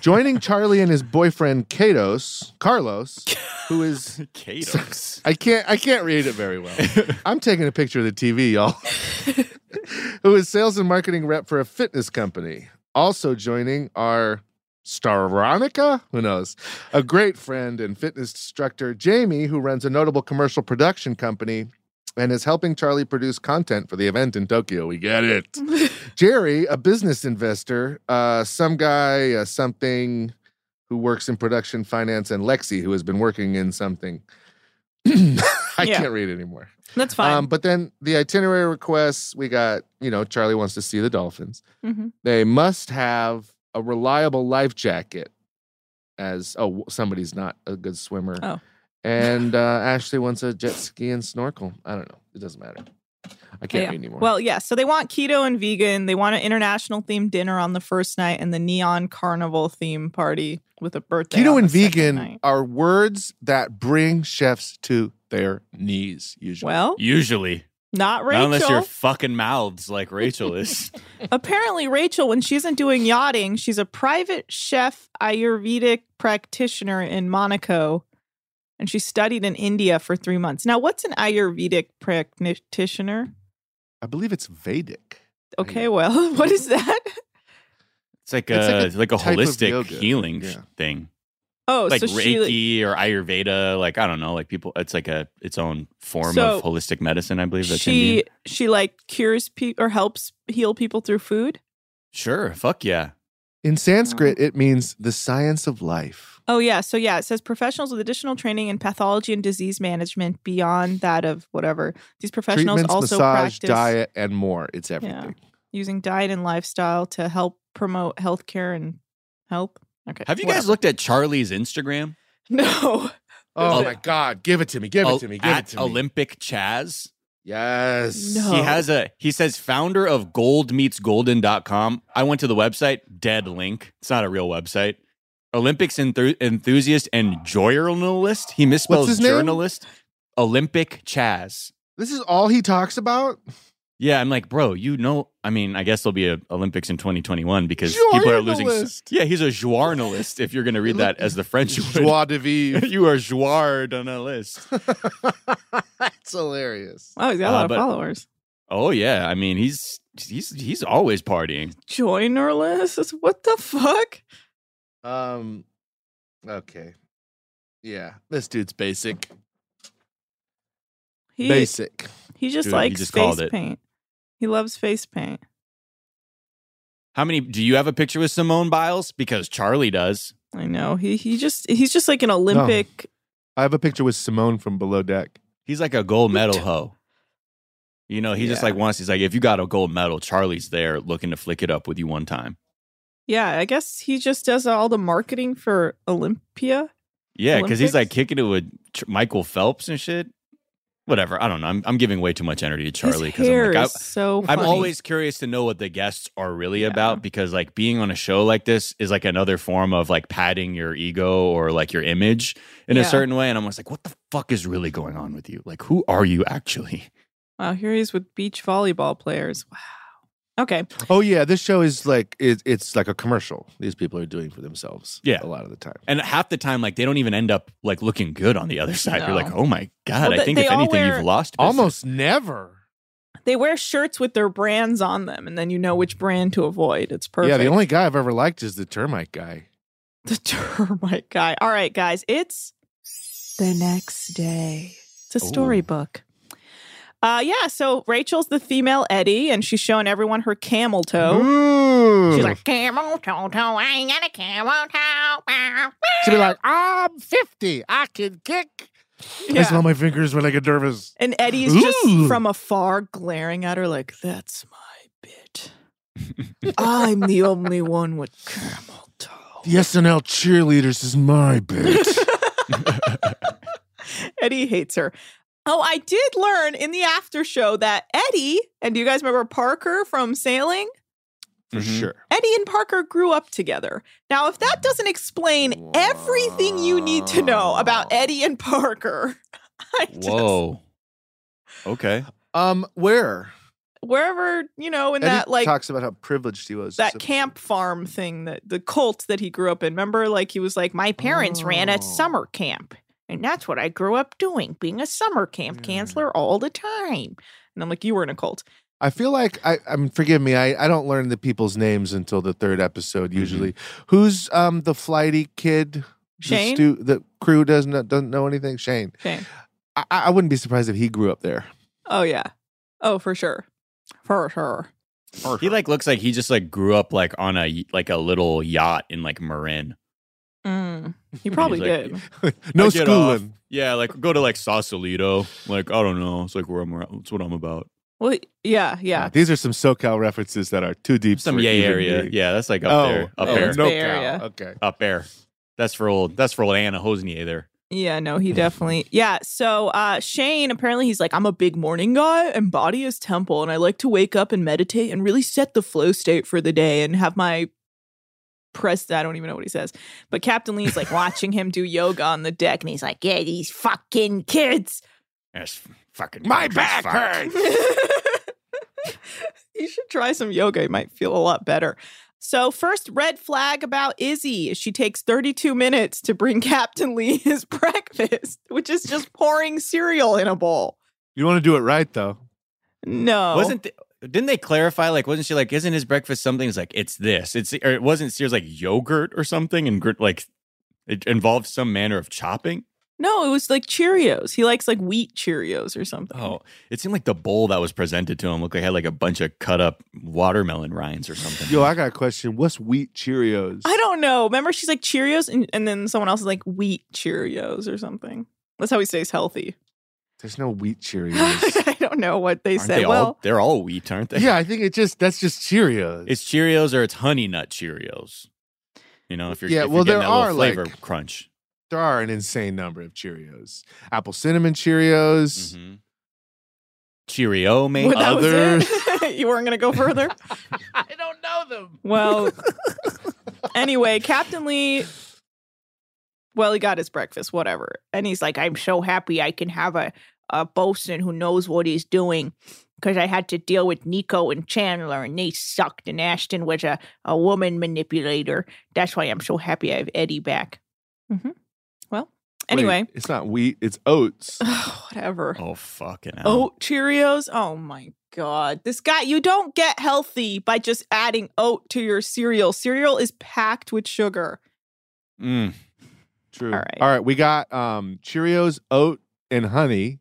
Joining Charlie and his boyfriend Kados, Carlos, who is
Kados.
I can't I can't read it very well. I'm taking a picture of the TV, y'all. who is sales and marketing rep for a fitness company. Also joining are Staronica, who knows, a great friend and fitness instructor, Jamie, who runs a notable commercial production company and is helping Charlie produce content for the event in Tokyo. We get it. Jerry, a business investor, uh, some guy, uh, something who works in production finance, and Lexi, who has been working in something. I
Yeah.
can't read anymore.
That's fine.
Um, but then the itinerary requests we got, you know, Charlie wants to see the dolphins.
Mhm.
They must have a reliable life jacket, as oh, somebody's not a good swimmer.
Oh.
And uh, Ashley wants a jet ski and snorkel. I don't know. It doesn't matter. I can't
Yeah.
read anymore.
Well, yeah. So they want keto and vegan. They want an international themed dinner on the first night and the neon carnival theme party with a birthday.
keto
on
and
the second
vegan
night.
are words that bring chefs to their knees, usually.
Well,
Usually.
not
Not
Rachel.
unless your fucking mouths like Rachel is.
Apparently, Rachel, when she isn't doing yachting, she's a private chef Ayurvedic practitioner in Monaco. And she studied in India for three months. Now, what's an Ayurvedic practitioner?
I believe it's Vedic.
Okay, well, what is that?
It's like
It's
a
like
it's
a
like a
type of
holistic
yoga.
healing
Yeah.
sh- thing.
Oh,
like
so she
Reiki or Ayurveda, like I don't know, like people. It's like a its own form
So
of holistic medicine, I believe. That's
she
Indian.
she like cures people or helps heal people through food.
Sure, fuck yeah.
In Sanskrit, it means the science of life.
Oh yeah, so yeah, it says professionals with additional training in pathology and disease management beyond that of whatever. These professionals
Treatments,
also
massage,
practice
diet, and more. It's everything.
using diet and lifestyle to help promote healthcare and health. Okay.
Have you guys looked at Charlie's Instagram?
No.
Oh
Is
my
it-
God! Give it to me! Give
Ol-
it to me! Give it
Oh, at
to me!
Olympic Chaz.
yes.
He has a he says founder of goldmeetsgolden.com. I went to the website, dead link. It's not a real website. Olympics enthu- enthusiast and journalist. He misspells
his name?
journalist. Olympic Chaz.
This is all he talks about.
Yeah, I'm like, bro, you know, I mean, I guess there'll be a Olympics in 2021 because people are losing. s-
Journalist.
Yeah, he's a journalist. If you're going to read that as the French would.
Joie de vivre.
you are joard on a list.
That's hilarious.
Wow, Oh, he's got a
Uh,
lot
but-
of followers.
Oh yeah, I mean, he's he's he's always partying.
Journalists? What the fuck?
Um. Okay. Yeah, this dude's basic.
He
basic.
he just
Dude, you
likes
just called
face
it.
paint. He loves face paint.
How many do you have a picture with Simone Biles? Because Charlie does.
I know. He he just he's just like an Olympic
I have a picture with Simone from Below Deck.
He's like a gold medal hoe. You know, he just
Yeah.
like wants. He's like, if you got a gold medal, Charlie's there looking to flick it up with you one time.
Yeah, I guess he just does all the marketing for Olympia.
Yeah, because he's like
Olympics?
kicking it with Ch- Michael Phelps and shit. Whatever. I don't know. I'm, I'm giving way too much energy to Charlie.
His
'cause
hair
I'm, like, I-
is so.
I'm
funny.
always curious to know what the guests are really about because like being on a show like this is like another form of like padding your ego or like your image in a
Yeah.
certain way. And I'm always like, what the fuck is really going on with you? Like, who are you actually?
Wow, here he is with beach volleyball players. Wow. Okay.
Oh yeah, this show is like it, it's like a commercial. These people are doing for themselves.
Yeah.
a lot of the time.
And half the time, like they don't even end up like looking good on the other side.
No.
You're like, oh my god,
Well,
I
they-
think
they
if
all
anything,
wear-
you've lost business.
Almost never.
They wear shirts with their brands on them, and then you know which brand to avoid. It's perfect.
Yeah, the only guy I've ever liked is the termite guy.
The termite guy. All right, guys, it's the next day. It's a
Ooh.
storybook. Uh, yeah, so Rachel's the female Eddie, and she's showing everyone her camel toe.
Mm.
She's like, camel toe, toe, I ain't got a camel toe. wow,
She'd be like, I'm 50. I can kick. I
Yeah.
smell my fingers when I get nervous.
And Eddie's
Ooh.
just from afar glaring at her like, that's my bit. I'm the only one with camel. Oh.
The SNL cheerleaders is my bit.
Eddie hates her. Oh, I did learn in the after show that Eddie, and do you guys remember Parker from sailing?
Mm-hmm.
For sure.
Eddie and Parker grew up together. Now, if that doesn't explain everything you need to know about Eddie and Parker,
Whoa. Okay.
Um, where?
wherever, you know, in
Eddie
that like
talks about how privileged he was.
that camp farm thing that the cult that he grew up in. Remember, like he was like, my parents ran a summer camp, and that's what I grew up doing, being a summer camp counselor all the time. And I'm like, you were in a cult.
I feel like I, I'm. Forgive me. I, I don't learn the people's names until the third episode usually. Who's um the flighty kid? The
Shane?
stu- the crew doesn't doesn't know anything. Shane.
Okay.
I, I wouldn't be surprised if he grew up there.
Oh yeah. Oh for sure. For sure.
He like looks like he just like grew up like on a like a little yacht in like Marin.
Mm. You probably
like-
did.
I
No
get off.
schooling.
Yeah, like go to like Sausalito. Like I don't know. It's like where I'm. Around. It's what I'm about.
Well, yeah, yeah.
These are some SoCal references that are too deep.
Some
for
yay
even
area.
me.
Yeah, that's like up
Oh,
there. Up
oh,
there.
that's Bay NoCal. Area. Okay.
Up there. That's for old. That's for old Anna Hosnier there.
Yeah, no, he definitely. Yeah, so uh Shane apparently he's like I'm a big morning guy and body is temple and I like to wake up and meditate and really set the flow state for the day and have my press I don't even know what he says. But Captain Lee's like watching him do yoga on the deck and he's like, "Yeah, these fucking kids."
That's fucking
My back You should try some yoga, you might feel a lot better. So, first red flag about Izzy is she takes 32 minutes to bring Captain Lee his breakfast, which is just pouring cereal in a bowl.
You want to do it right though.
No.
Wasn't th- didn't they clarify? Like, wasn't she like, isn't his breakfast something? It's like it's this. It's or it wasn't Sears like yogurt or something, and gr- like it involved some manner of chopping.
No, it was like Cheerios. He likes like wheat Cheerios or something.
Oh, it seemed like the bowl that was presented to him looked like it had like a bunch of cut up watermelon rinds or something.
Yo, I got a question. What's wheat Cheerios?
I don't know. Remember, she's like Cheerios, and, and then someone else is like wheat Cheerios or something. That's how he stays healthy.
There's no wheat Cheerios.
I don't know what they
Aren't
said.
they all-
well,
they're all wheat, aren't they?
yeah, I think it just that's just Cheerios.
it's Cheerios or it's Honey Nut Cheerios. You know, if you're
Yeah,
if
well,
you're getting that
there
little
are, like-
flavor crunch.
There are an insane number of Cheerios. Apple cinnamon Cheerios.
Mm-hmm. Cheerio, maybe
well, that was it. you weren't going to go further?
I don't know them.
Well, anyway, Captain Lee, well, he got his breakfast, whatever. And he's like, I'm so happy I can have a, a bosun who knows what he's doing because I had to deal with Nico and Chandler and they sucked. And Ashton was a, a woman manipulator. That's why I'm so happy I have Eddie back. hmm Well, anyway,
Wait, it's not wheat, it's oats.
whatever.
Oh fucking
Oat Cheerios. Oh my God. This guy, you don't get healthy by just adding oat to your cereal. Cereal is packed with sugar.
Mm.
True. All right. All right. We got um Cheerios, oat, and honey.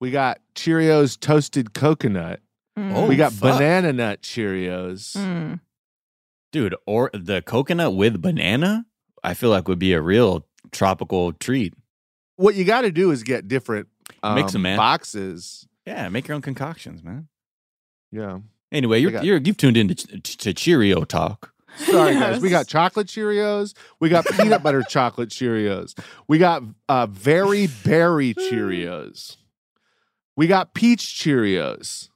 We got Cheerios toasted coconut.
Hmm.
Mm. Oh,
we got
fuck.
banana nut Cheerios.
Hmm. Dude, or the coconut with banana, I feel like would be a real tropical treat.
What you got to do is get different um,
Mix 'em, man.
boxes.
Yeah, make your own concoctions, man.
Yeah.
Anyway, you're,
I got-
you're you've tuned into ch- to Cheerio talk.
Sorry, guys. We got chocolate Cheerios. We got peanut butter chocolate Cheerios. We got uh, very berry Cheerios. We got peach Cheerios.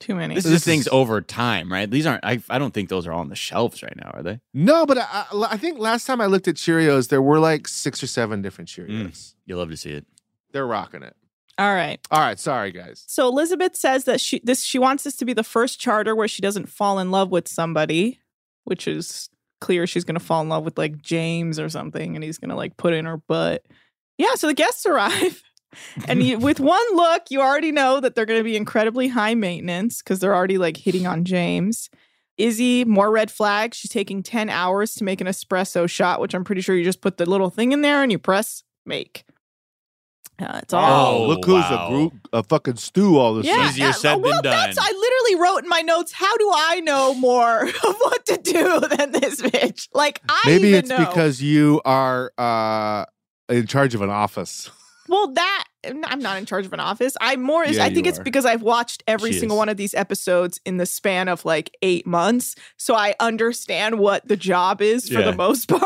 Too many.
This, is things over time, right? These aren't. I, I don't think those are on the shelves right now, are they?
No, but I, I I think last time I looked at Cheerios, there were like six or seven different Cheerios.
You Mm, love to see it.
They're rocking it.
All right.
All right. Sorry, guys.
So Elizabeth says that she this she wants this to be the first charter where she doesn't fall in love with somebody, which is clear she's gonna fall in love with like James or something, and he's gonna like put in her butt. Yeah, so the guests arrive. and you, with one look, you already know that they're going to be incredibly high maintenance because they're already like hitting on James. Izzy, more red flag. She's taking 10 hours to make an espresso shot, which I'm pretty sure you just put the little thing in there and you press make. Uh, it's all.
Oh, look who's
wow.
a group a fucking stew all this
Yeah, uh,
Easier said
well,
than done.
that's I literally wrote in my notes. How do I know more of what to do than this bitch? Like I
Maybe
even
it's
know.
because you are uh in charge of an office.
well that I'm not in charge of an office. I more is
Yeah,
I think
you
it's
are.
because I've watched every
She
single
is.
one of these episodes in the span of like eight months, so I understand what the job is for
Yeah.
the most part.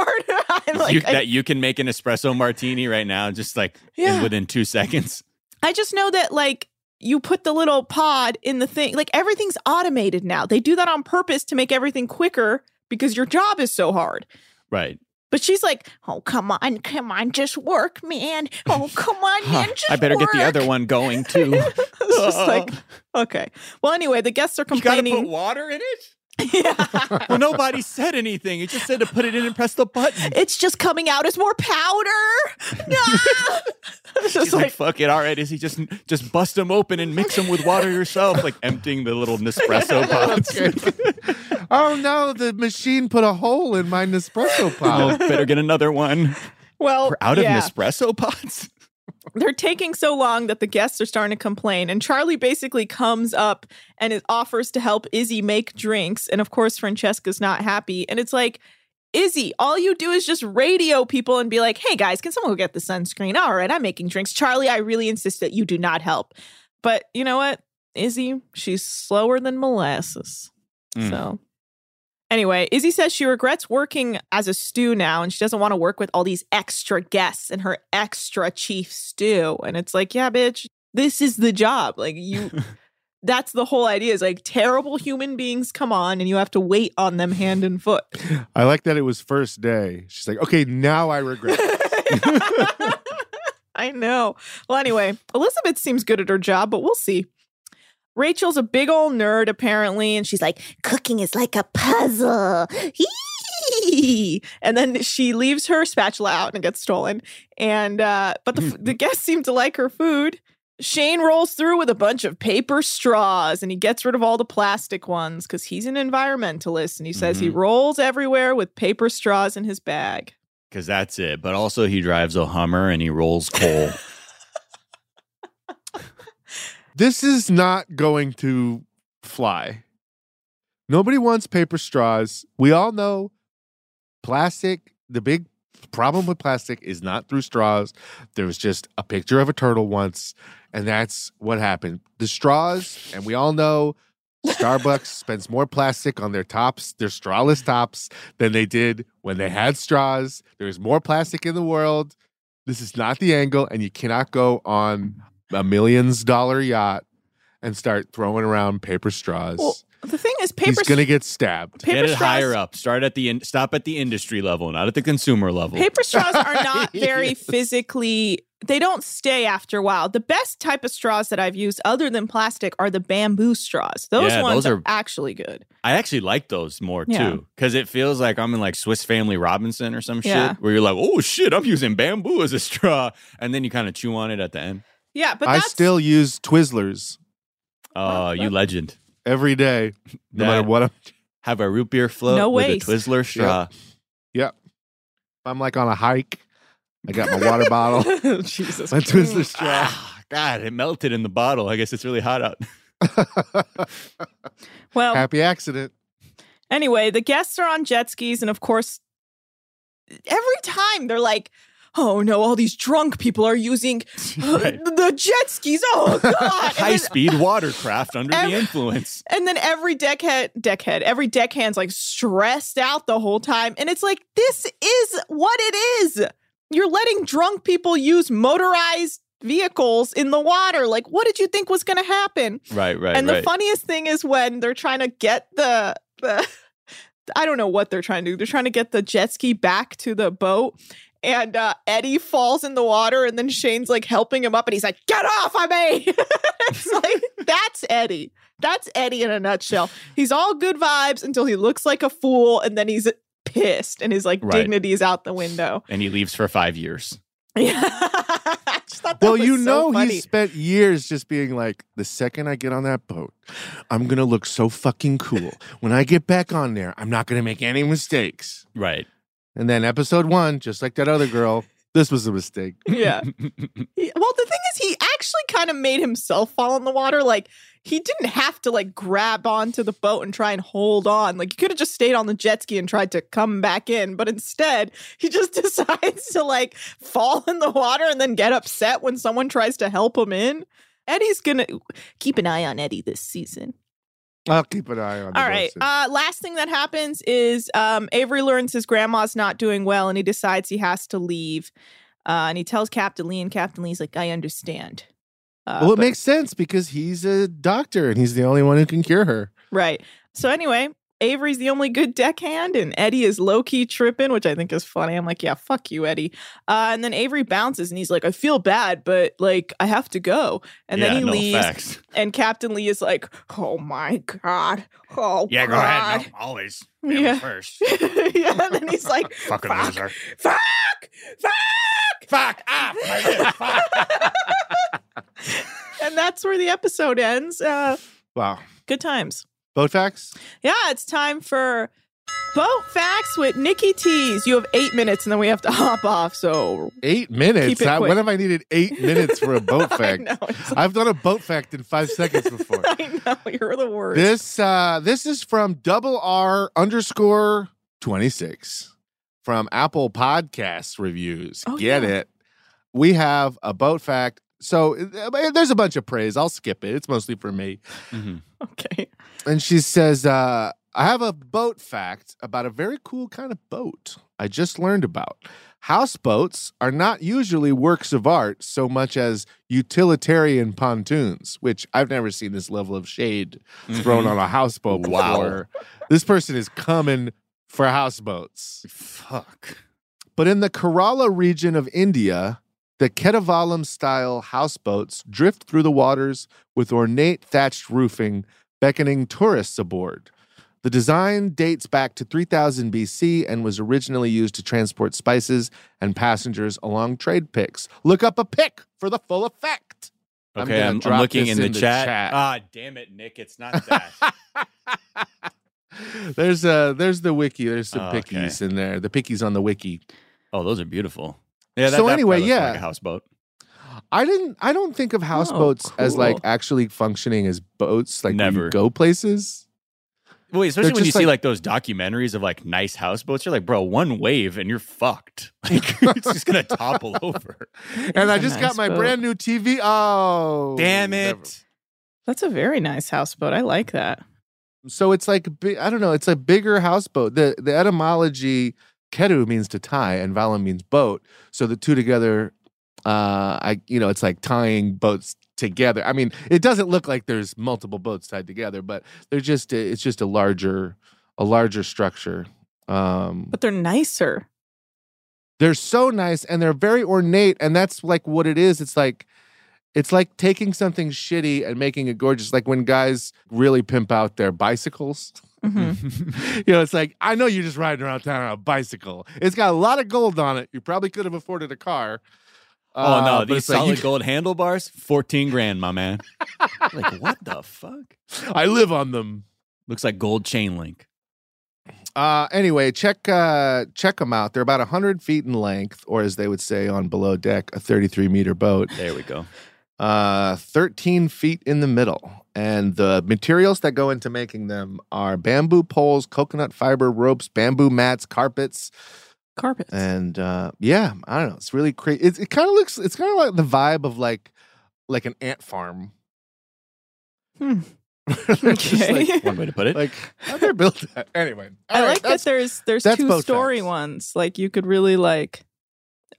I'm like,
you,
I,
that you can make an espresso martini right now, just like in-
Yeah.
within two seconds.
I just know that like you put the little pod in the thing. Like everything's automated now. They do that on purpose to make everything quicker because your job is so hard.
Right.
But she's like, "Oh, come on, come on, just work, man. Oh, come on, man,
Huh,
just
I better get the
work."
other one going too.
It's just like, okay. Well, anyway, the guests are complaining.
put water in it. well, nobody said anything. It just said to put it in and press the button.
It's just coming out as more powder. No. It's
She's
just
like,
like,
fuck it. All right, is he just just bust them open and mix them with water yourself, like emptying the little Nespresso pods.
oh no, the machine put a hole in my Nespresso
oh,
pod.
better get another one.
well,
We're out of
yeah.
Nespresso pods.
they're taking so long that the guests are starting to complain and charlie basically comes up and it offers to help izzy make drinks and of course francesca's not happy and it's like izzy all you do is just radio people and be like hey guys can someone go get the sunscreen all right i'm making drinks charlie i really insist that you do not help but you know what izzy she's slower than molasses so Anyway, Izzy says she regrets working as a stew now and she doesn't want to work with all these extra guests and her extra chief stew. And it's like, yeah, bitch, this is the job. Like, you, that's the whole idea is like terrible human beings come on and you have to wait on them hand and foot.
I like that it was first day. She's like, okay, now I regret. it."
I know. Well, anyway, Elizabeth seems good at her job, but we'll see. Rachel's a big old nerd, apparently, and she's like, cooking is like a puzzle. and then she leaves her spatula out and it gets stolen. And, uh, but the, the guests seem to like her food. Shane rolls through with a bunch of paper straws and he gets rid of all the plastic ones because he's an environmentalist and he says he rolls everywhere with paper straws in his bag.
Because that's it. But also, he drives a Hummer and he rolls coal.
this is not going to fly. Nobody wants paper straws. We all know plastic, the big problem with plastic is not through straws. There was just a picture of a turtle once, and that's what happened. The straws, and we all know Starbucks spends more plastic on their tops, their strawless tops, than they did when they had straws. There's more plastic in the world. This is not the angle, and you cannot go on a millions dollar yacht and start throwing around paper straws.
Well, the thing is, paper
He's going to get stabbed.
Paper
Get it
straws-
higher up. Start at the in- stop at the industry level, not at the consumer level.
Paper straws are not very
Yes.
physically, they don't stay after a while. The best type of straws that I've used, other than plastic, are the bamboo straws. Those
Yeah,
ones
those
are,
are-
actually good.
I actually like those more
Yeah.
too, because it feels like I'm in like Swiss Family Robinson or some
Yeah.
shit, where you're like, oh shit, I'm using bamboo as a straw, and then you kind of chew on it at the end.
Yeah, but
I
that's
still use Twizzlers
Oh, you legend!
every day, no matter
That-
what I'm
Have a root beer float
No
with
waste.
a Twizzler straw.
Yep. If I'm like on a hike, I got my water bottle,
Jesus.
my Twizzler straw.
Ah, God, it melted in the bottle. I guess it's really hot out.
Well,
Happy accident.
Anyway, the guests are on jet skis, and of course, every time they're like, "Oh no, all these drunk people are using uh,
Right.
the jet skis." Oh god! And
High
then-
speed watercraft under the
Every-
influence.
And then every deckhead, deckhead, every deckhand's like stressed out the whole time. And it's like, this is what it is. You're letting drunk people use motorized vehicles in the water. Like, what did you think was going to happen?
Right, right,
and the
right.
funniest thing is when they're trying to get the, the I don't know what they're trying to do. They're trying to get the jet ski back to the boat. And uh, Eddie falls in the water, and then Shane's like helping him up, and he's like, "Get off of me!" it's like that's Eddie. That's Eddie in a nutshell. He's all good vibes until he looks like a fool, and then he's pissed, and his like
Right.
dignity is out the window.
and he leaves for five years.
well, you know,
funny.
he spent years just being like, the second I get on that boat, I'm going to look so fucking cool. when I get back on there, I'm not going to make any mistakes.
Right.
And then episode one, just like that other girl, this was a mistake.
Yeah. He- well, the thing is, he actually kind of made himself fall in the water. Like he didn't have to like grab onto the boat and try and hold on. Like he could have just stayed on the jet ski and tried to come back in, but instead he just decides to like fall in the water and then get upset when someone tries to help him in. Eddie's gonna keep an eye on Eddie this season.
I'll keep an eye on the
All right.
boat,
Uh, last thing that happens is um, Avery learns his grandma's not doing well, and he decides he has to leave. Uh, and he tells Captain Lee, and Captain Lee's like, "I understand." Uh,
well, it
but-
makes sense because he's a doctor and he's the only one who can cure her.
right. So anyway, Avery's the only good deckhand, and Eddie is low key tripping, which I think is funny. I'm like, "Yeah, fuck you, Eddie." Uh, and then Avery bounces, and he's like, "I feel bad, but like I have to go." And
Yeah,
then he
no
leaves,
facts.
and Captain Lee is like, "Oh my god, oh
Yeah, go
god.
ahead. No, always. Family
Yeah.
first.
yeah, and then he's like,
Fucking loser.
fuck, fuck,
fuck, off.
and that's where the episode ends. Uh,
Wow.
good times.
Boat facts?
Yeah, it's time for boat facts with Nikki Tees. You have eight minutes, and then we have to hop off. So
Eight minutes.
Keep it
I-
quick.
when have I needed eight minutes for a boat fact? I've done a boat fact in five seconds before.
I know you're the worst.
This uh, this is from double R underscore twenty six from Apple Podcast reviews.
Oh,
Get it? We have a boat fact. So uh, there's a bunch of praise. I'll skip it. It's mostly for me.
Mm-hmm.
Okay.
And she says, uh, I have a boat fact about a very cool kind of boat I just learned about. Houseboats are not usually works of art so much as utilitarian pontoons, which I've never seen this level of shade thrown
Mhm.
on a houseboat
Wow.
before. this person is coming for houseboats.
Fuck.
But in the Kerala region of India, the Ketavalam style houseboats drift through the waters with ornate thatched roofing, beckoning tourists aboard. The design dates back to 3000 BC and was originally used to transport spices and passengers along trade picks. Look up a pick for the full effect.
Okay,
gonna
I'm, I'm
drop
looking
this
in the, chat.
chat.
Ah, damn it, Nick. It's not that.
There's uh there's the wiki. There's some
Oh, okay.
pickies in there. The pickies on the wiki.
oh, those are beautiful. Yeah. That,
So
that
anyway,
probably looks
yeah.
like a houseboat. Oh,
I didn't. I don't think of houseboats as like actually functioning as boats, like Never.
Never.
go places.
Well, especially
They're
when you
just
see
like-
like those documentaries of like nice houseboats, you're like, bro, one wave and you're fucked. Like it's just gonna topple over.
And I just got my brand new TV. Oh,
Damn
never.
it.
That's a very nice houseboat. I like that.
So it's like a bi- I don't know. It's a bigger houseboat. The the etymology ketu means to tie, and valam means boat. So the two together, uh, I you know, it's like tying boats together. I mean, it doesn't look like there's multiple boats tied together, but they're just it's just a larger a larger structure. Um,
But they're nicer.
They're so nice and they're very ornate, and that's like what it is. It's like it's like taking something shitty and making it gorgeous. Like when guys really pimp out their bicycles. Mm-hmm. you know, it's like, I know you're just riding around town on a bicycle. It's got a lot of gold on it. You probably could have afforded a car.
oh no,
Uh, but
these
it's like,
solid
you-
gold handlebars, fourteen grand, my man. like what the fuck?
I live on them.
Looks like gold chain link.
Uh, anyway, check uh, check them out. They're about 100 feet in length, or as they would say on below deck, a 33 meter boat.
There we go.
Uh, 13 feet in the middle. And the materials that go into making them are bamboo poles, coconut fiber ropes, bamboo mats, carpets.
Carpets.
And uh, yeah, I don't know. It's really crazy. It, it kind of looks, it's kind of like the vibe of like, like an ant farm.
Hmm.
okay.
One way to put it.
Like, how they built that? Anyway.
I
All right,
like that
that's-
there's there's
that's
two
boat
story ones. Like you could really like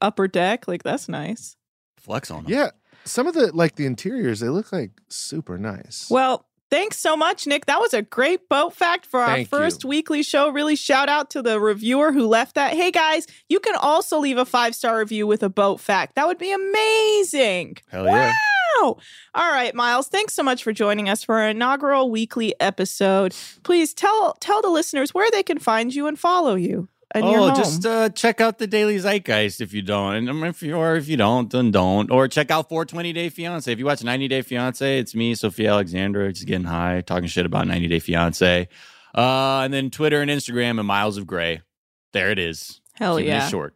upper deck. Like that's nice.
Flex on them.
Yeah. Some of the like the interiors, they look like super nice.
Well, thanks so much, Nick. That was a great boat fact for our
Thank
first weekly show. Really shout out to the reviewer who left that. Hey guys, you can also leave a five star review with a boat fact. That would be amazing.
Hell yeah.
Wow. All right, Miles, thanks so much for joining us for our inaugural weekly episode. Please tell tell the listeners where they can find you and follow you. in
oh,
your home.
just uh, check out the Daily Zeitgeist if you don't. And um, if you or if you don't, then don't. Or check out 420 Day Fiance. If you watch 90 Day Fiance, it's me, Sophia Alexandra, just getting high, talking shit about 90 Day Fiance. Uh, and then Twitter and Instagram and Miles of Gray. There it is.
Hell
Keeping it
yeah.
short.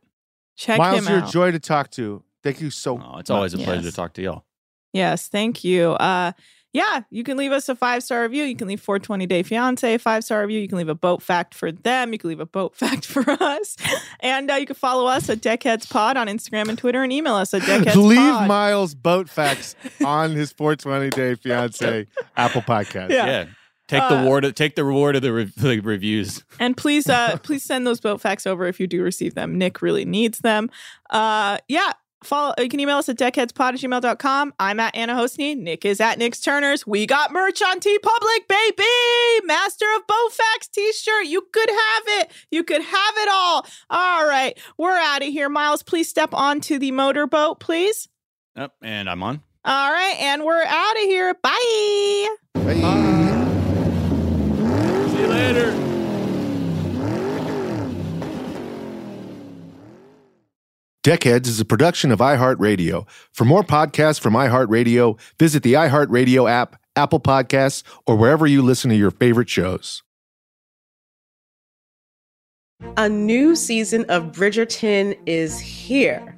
Check
Miles,
him
you're
out.
a joy to talk to. Thank you so much.
It's always a pleasure
Yes.
to talk to y'all.
Yes, thank you. Uh yeah, you can leave us a five star review. You can leave 420 Day Fiance a five star review. You can leave a boat fact for them. You can leave a boat fact for us. And uh, you can follow us at Deckheads Pod on Instagram and Twitter and email us at Deckheads
Leave
Pod.
Miles boat facts on his 420 day fiance Apple podcast.
Yeah.
Take
Uh,
the ward. Take the reward of the, re- the reviews.
And please, uh, please send those boat facts over if you do receive them. Nick really needs them. Uh, yeah. Follow, you can email us at deckheadspod at gmail.com. I'm at Anna Hostney. Nick is at Nick's Turners. We got merch on T Public, baby. Master of Boat Facts t shirt. You could have it. You could have it all. All right. We're out of here. Miles, please step onto the motorboat, please.
Yep, and I'm on.
All right. And we're out of here. Bye.
See you later.
Deckheads is a production of iHeartRadio. For more podcasts from iHeartRadio, visit the iHeartRadio app, Apple Podcasts, or wherever you listen to your favorite shows.
A new season of Bridgerton is here.